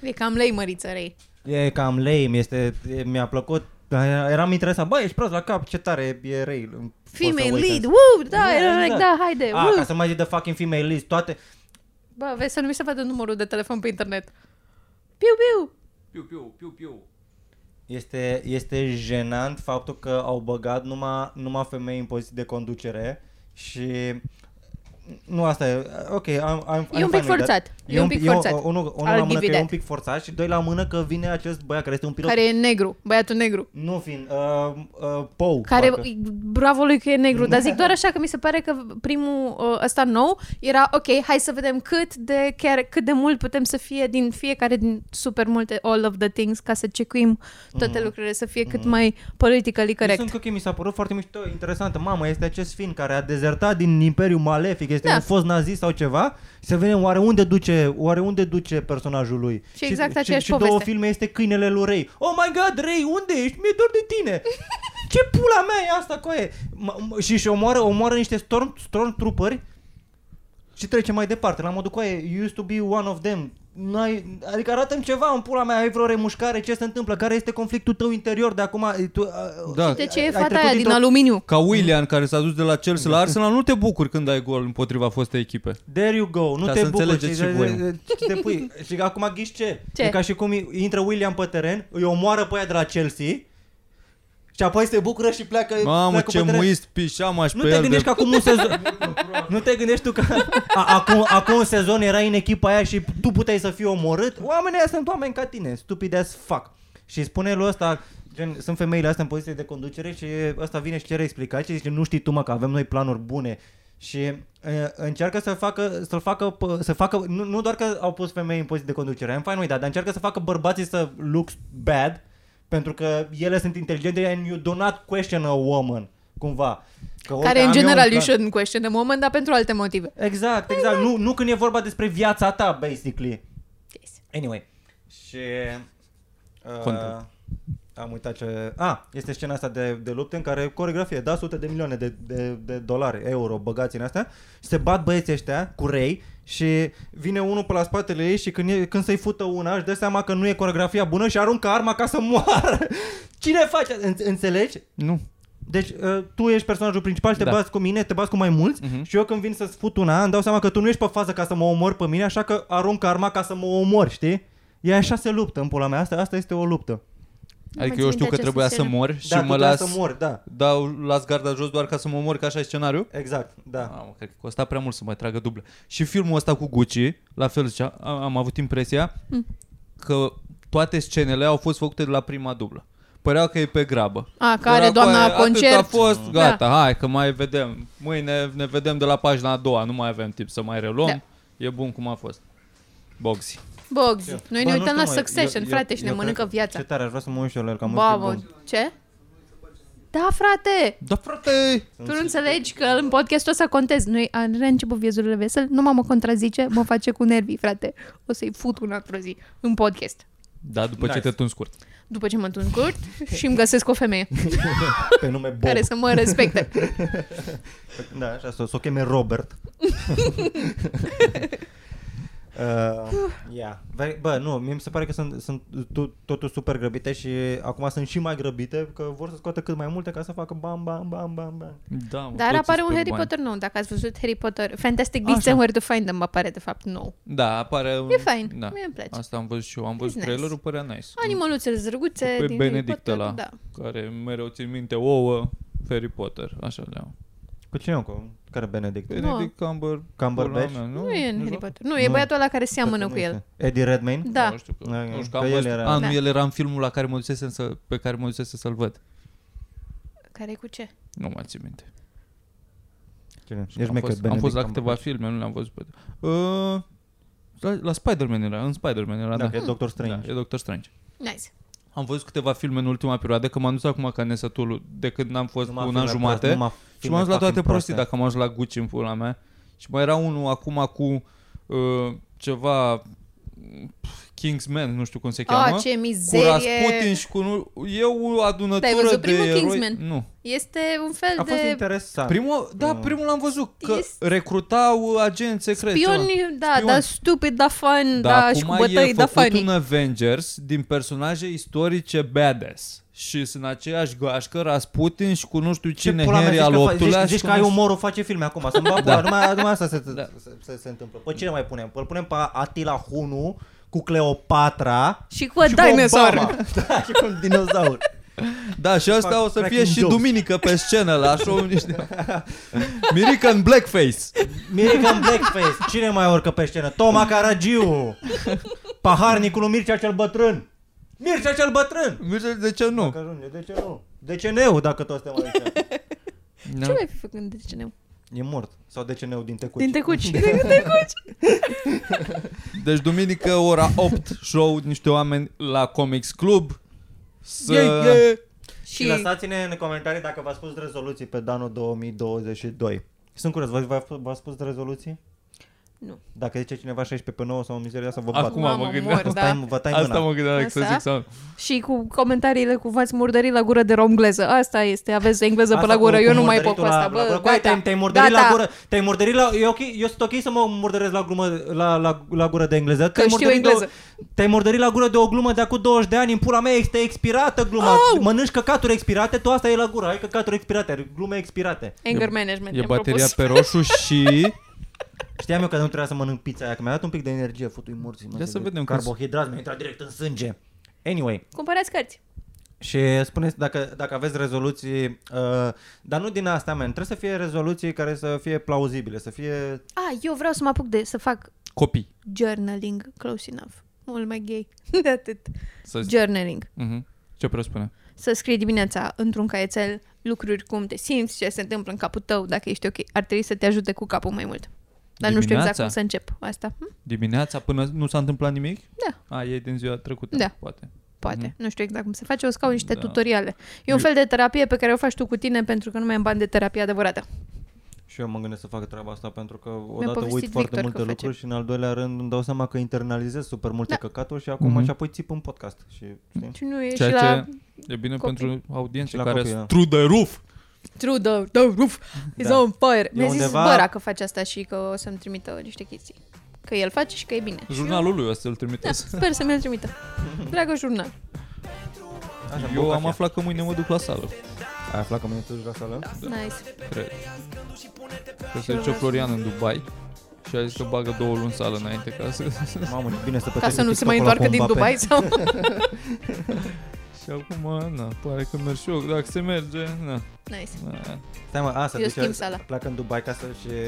F: E cam lei, măriță, rei.
E: E cam lame, este, e, mi-a plăcut, dar eram interesat, bă, ești prost la cap, ce tare e Rey. în Force
F: Female
E: Awakens.
F: lead, woo, da,
E: Da,
F: era like,
E: exact.
F: da, haide,
E: A, ca
F: woo.
E: să mai zic de fucking female list, toate,
F: Bă, vezi să nu mi se vadă numărul de telefon pe internet. Piu-piu!
E: Este, este jenant faptul că au băgat numai, numai femei în poziții de conducere și nu asta e, ok, I'm, I'm,
F: E un
E: I'm
F: pic
E: fine with that.
F: forțat. E un pic forțat.
E: Eu, unul, unul
F: Al
E: la mână că e
F: dividat.
E: un pic forțat și doi la mână că vine acest băiat care este un pilot,
F: Care e negru, băiatul negru.
E: nu fiind, uh, uh, Pou,
F: Care,
E: parcă.
F: bravo lui că e negru, dar zic doar așa că mi se pare că primul uh, ăsta nou era, ok, hai să vedem cât de, chiar, cât de mult putem să fie din fiecare din super multe all of the things ca să cecuim toate lucrurile, să fie cât mai politically
E: Deci
F: Adică corect.
E: Sunt că mi s-a părut foarte mișto, interesantă. Mamă, este acest fin care a dezertat din Imperiul Malefic, este
F: Da.
E: un fost nazist sau ceva. Să vedem oare unde duce, oare unde duce personajul lui.
F: Și exact
E: și,
F: aceeași
E: și, și două
F: poveste.
E: filme este câinele lui Rei. Oh my god, Rei, unde ești? Mi-e dor de tine. Ce pula mea e asta, coaie? M- m- și și omoară, omoară niște storm, stormtrooperi și trece mai departe, la modul coaie, you used to be one of them. N-ai, adică arată ceva în pula mea, ai vreo remușcare, ce se întâmplă, care este conflictul tău interior de acum? Tu,
C: Da.
F: De ce
E: Ai-
F: e
E: ai
F: fata
E: trecut
F: aia din
E: dintr-o-
F: aluminiu?
C: Ca Willian care s-a dus de la Chelsea
E: Da.
C: la Arsenal, nu te bucuri când ai gol împotriva fostei echipe.
E: There you go, nu
C: Ca
E: te
C: să
E: bucuri.
C: înțelegeți și voi.
E: și te pui. Și acum ghiși ce?
F: Ce?
E: E ca și cum i- intră William pe teren, îi omoară pe aia de la Chelsea și apoi se bucură și pleacă
C: Mamă,
E: pleacă
C: ce
E: pe teren.
C: muist pișam aș
E: Nu
C: pe
E: te
C: el de...
E: gândești că acum un sezon... nu te gândești tu că a, acum, acum un sezon erai în echipa aia și tu puteai să fii omorât? Oamenii ăia sunt oameni ca tine, stupid as fuck. Și spune lui ăsta, gen, sunt femeile astea în poziție de conducere și ăsta vine și cere explicații, zice, nu știi tu mă că avem noi planuri bune. Și e, încearcă să facă, să facă, p- să facă nu, nu, doar că au pus femei în poziție de conducere, am fine with that, dar încearcă să facă bărbații să look bad, pentru că ele sunt inteligente and you do not question a woman, cumva. Că, uite,
F: Care, în
E: am eu un
F: general, you
E: plan.
F: shouldn't question the moment, dar pentru alte motive.
E: Exact, exact. Nu, nu când e vorba despre viața ta, basically.
F: Yes.
E: Anyway. Și... Uh,
C: Content.
E: am uitat ce... ah, este scena asta de, de lupte în care coregrafie, da, sute de milioane de, de, de dolari, euro, băgați în astea, și se bat băieții ăștia cu rei și vine unul pe la spatele ei și când, e, când să-i fută una își dă seama că nu e coregrafia bună și aruncă arma ca să moară. Cine face? În, înțelegi?
C: Nu.
E: Deci uh, tu ești personajul principal și te
D: Da.
E: bați cu mine, te bați cu mai mulți
C: Mhm.
E: uh-huh. și eu când vin să-ți fut una, îmi dau seama că tu nu ești pe fază ca să mă omori pe mine, așa că arunc arma ca să mă omori, știi? E așa se luptă în pula mea, asta, asta este o luptă.
C: Adică
F: țin
C: eu
F: minte
C: știu că
F: această
C: trebuia să
F: scenă.
C: mor și
E: da, tu
C: mă
E: trebuie
C: las...
E: să mori, da,
C: Dau, las garda jos doar ca să mă omor, ca așa e scenariu?
E: exact, da.
C: Mamă, cred că costa prea mult să mai tragă dublă. Și filmul ăsta cu Gucci, la fel zicea, am, am avut impresia
F: Mm.
C: că toate scenele au fost făcute de la prima dublă. Părea că e pe grabă.
F: A,
C: Era
F: care,
C: cu aia,
F: doamna,
C: Atât a
F: concert.
C: fost, gata, da. hai că mai vedem. Mâine ne vedem de la pagina a doua, nu mai avem timp să mai reluăm.
F: Da.
C: E bun cum a fost. Boxy.
F: Bogs. Noi
E: Bă,
F: ne
E: nu
F: uităm
E: știu,
F: la
E: mă,
F: Succession,
E: eu- eu-
F: frate, și ne
E: eu cred
F: mănâncă
E: că-
F: viața.
E: Ce tare, aș vrea să mă uit și eu la el, că am
F: Babă, ce? Da, frate!
C: Da, frate!
F: Tu nu înțelegi că în podcastul ăsta contez. Noi am reînceput viezurile vesel, nu mă contrazice, mă face cu nervii, frate. O să-i fut un într-o zi, în podcast.
C: Da, după
E: Nice.
C: ce te tun scurt.
F: După ce mă întun curt și îmi găsesc o femeie
E: pe nume Bob.
F: care să mă respecte.
E: Da, așa, să o s-o cheme Robert. Uh, yeah. Very, bă, nu, mie mi se pare că sunt, sunt tu- totul super grăbite și acum sunt și mai grăbite că vor să scoată cât mai multe ca să facă bam, bam, bam, bam, bam.
C: Da, mă,
F: Dar
C: toți
F: apare
C: sunt
F: un
C: pe
F: Harry
C: bani.
F: Potter nou, dacă ați văzut Harry Potter. Fantastic Beasts and Where to Find Them apare de fapt nou.
C: Da, apare... un-
F: E fain,
C: Da.
F: mie îmi place.
C: Asta am văzut și eu. Am văzut
F: nice.
C: trailerul, părea nice.
F: Animăluțele zrăguțe din
C: Pe
F: Harry
C: Benedict
F: Potter,
C: ăla,
F: Da.
C: care mereu țin minte ouă, Harry Potter, așa le-am.
E: Cu cine cu care Benedict?
C: Benedict Cumber...
E: Cumberbatch?
C: pula mea,
F: Nu, e în Harry
C: joacă?
F: Potter. Nu, e
E: Nu.
F: băiatul ăla care seamănă
E: Nu
F: cu el.
E: știu. Eddie Redmayne?
F: Da.
C: Nu știu că,
E: Da,
C: nu știu că
E: că
C: am
E: el
C: văzut.
E: era-
C: A,
F: Da.
C: nu, el era în filmul la care mă dusesem să, pe care mă dusesem să-l văd.
F: Care e cu ce?
C: Nu mai țin minte.
E: Cine?
C: am,
E: Ești mai
C: fost, am fost la câteva filme, nu le-am văzut pe... Uh, la, la Spider-Man era, în Spider-Man era, da.
E: Da, că e Doctor Strange.
C: Da, e Doctor Strange.
F: Nice.
C: Am văzut câteva filme în ultima perioadă, că m-am dus acum ca nesătul de când n-am fost
E: Numai
C: cu un an
E: filme
C: jumate.
E: proaste, numai
C: Și
E: filme
C: m-am dus la toate
E: fucking
C: prostii dacă m-am dus la Gucci în pula mea. Și mai era unul acum cu uh, ceva pf, Kingsman, nu știu cum se cheamă.
F: Ah, ce
C: cu Rasputin
F: mizerie.
C: și cu nu, e o
F: Te-ai
C: adunătură
F: văzut
C: de
F: primul
C: eroi.
F: Kingsman?
C: Nu.
F: Este un fel
E: A fost
F: de
E: interesant.
C: Primul, da, primul l-am văzut că
F: Este-
C: recrutau uh, agenți secreți. ceva.
F: pion, da,
C: Spion.
F: da, stupid, da, fun,
C: Da,
F: da, și cu
C: acum
F: bătăi,
C: e
F: da,
C: făcut
F: funny.
C: un Avengers din personaje istorice badass. Și sunt aceeași gașcă, Rasputin și cu nu știu cine,
E: pula mea
C: Harry
E: zici
C: al
E: că fa-
C: VIII-lea.
E: Zici,
C: și
E: zici
C: cu
E: că ai
C: nu știu-
E: umorul face filme acum. Să-mi bag pula, numai, numai asta se, se, se, se, întâmplă. Pe cine mai punem? Îl punem pe Atila Hunu cu Cleopatra
F: Și cu a
E: și cu
F: dinosaur.
E: Obama. Da, și cu un dinozaur.
C: Da, și asta
E: Fac
C: o să fie
E: cracking
C: și
E: jokes.
C: duminică pe scenă la show niște... Mirica în blackface.
E: Mirica în blackface. Cine mai urcă pe scenă? Toma Caragiu. Paharnicul lui Mircea cel bătrân. Mircea cel bătrân.
C: Mircea, de ce nu?
E: Că ajunge, de ce nu? De ce neu dacă toți suntem aici?
C: Da.
F: Ce mai fi făcând de ce ne
E: E mort. Sau de ce neu din tecuci?
F: Din tecuci. Din tecuci.
C: Deci duminică ora 8 show niște oameni la Comics Club. Să...
E: Yeah, yeah. Și
F: Și
E: lăsați-ne în comentarii dacă v-ați spus rezoluții pe anul 2022. Sunt curios, v-ați, v-ați- v-ați spus rezoluții?
F: Nu.
E: Dacă zice cineva 16 pe 9 sau o mizerie asta, vă
C: Acum
E: bat.
C: mă
F: Mamă,
C: gândeam.
F: mor,
E: Stai,
F: da.
E: vă tai
C: Asta
E: mâna.
C: mă gândeam să
F: Asta?
C: zic sau...
F: Și cu comentariile cu v-ați murdărit la gură de romgleză. Asta este, aveți engleză pe la gură. Eu nu mai pot cu asta, bă,
E: gata. Te-ai,
F: gata.
E: te-ai murdărit
F: Gata.
E: la gură. Te-ai murdărit la... E ok, eu sunt ok să mă murdăresc la, glumă, la, la, la gură de engleză. te-ai
F: știu
E: murdărit
F: engleză.
E: De, o- te-ai murdărit la gură de o glumă de acum 20 de ani. În pula mea este expirată gluma. Oh! Mănânci căcaturi expirate, tu asta e la gură. Ai căcaturi expirate, glume expirate.
F: Anger management.
C: E
F: mi-am
C: bateria
F: propus.
C: pe roșu și...
E: Știam eu că nu trebuia să mănânc pizza aia, că mi-a dat un pic de energie, futui morții. mă,
C: Ia să
E: de
C: vedem cum-
E: Carbohidrat, mi-a intrat direct în sânge. Anyway,
F: Cumpărați cărți.
E: și spuneți dacă, dacă aveți rezoluții, uh, dar nu din astea, man, trebuie să fie rezoluții care să fie plauzibile, să fie...
F: A, eu vreau să mă apuc de să fac
C: Copii.
F: journaling close enough. Mult mai gay. De atât.
C: Să zic.
F: Journaling.
C: Mhm. Ce presupune?
F: Să scrii dimineața într-un caietel lucruri cum te simți, ce se întâmplă în capul tău, dacă ești ok. Ar trebui să te ajute cu capul mai mult. Dar nu știu exact
C: Dimineața?
F: cum să încep asta. Hm?
C: Dimineața până nu s-a întâmplat nimic?
F: Da.
C: A, e din ziua trecută,
F: Da.
C: poate.
F: Poate.
C: Mhm.
F: Nu știu exact cum se face. O să caut niște
C: Da.
F: tutoriale. E un
C: Eu-
F: fel de terapie pe care o faci tu cu tine pentru că nu mai am bani de terapie adevărată.
E: Și eu mă gândesc să fac treaba asta pentru că odată uit
F: povestit
E: foarte
F: Victor că
E: multe
F: face.
E: lucruri și în al doilea rând îmi dau seama că internalizez super multe
F: Da.
E: da. căcaturi și acum
C: Mhm.
E: mm-hmm. și apoi țip în podcast. Și, știi?
F: Și nu e
C: Ceea
F: și la...
C: ce e bine
F: copii.
C: pentru
E: Și
C: audiențe
E: la
C: care
E: copii,
C: sunt
E: da.
C: true the roof.
F: True the, the roof is
E: Da.
F: on fire. Mi-a zis
E: undeva-
F: Băra că face asta și că o să-mi trimită niște chestii. Că el face și că e bine. Și eu-
C: Jurnalul lui o să-l trimite.
F: Da, sper să mi-l trimită. Dragă jurnal.
E: Așa,
C: Eu am
E: bucăția.
C: aflat că mâine mă duc la sală.
E: Ai aflat că mă duci la sală?
F: Da. Nice.
C: Cred. Că se duce Florian în Dubai și a zis că bagă două luni sală înainte ca să...
E: Mamă, ce bine să
F: Ca
E: petrec
F: să nu
E: un
F: se
E: TikTok
F: mai întoarcă
E: acolo cu
F: din
E: Mbappé.
F: Dubai sau...
C: și acum, na, pare că merg și eu. Dacă se merge, na.
F: nice.
C: na.
E: Stai mă, deci a, să
F: Eu schimb
E: duce,
F: sala.
E: pleacă în Dubai ca să-și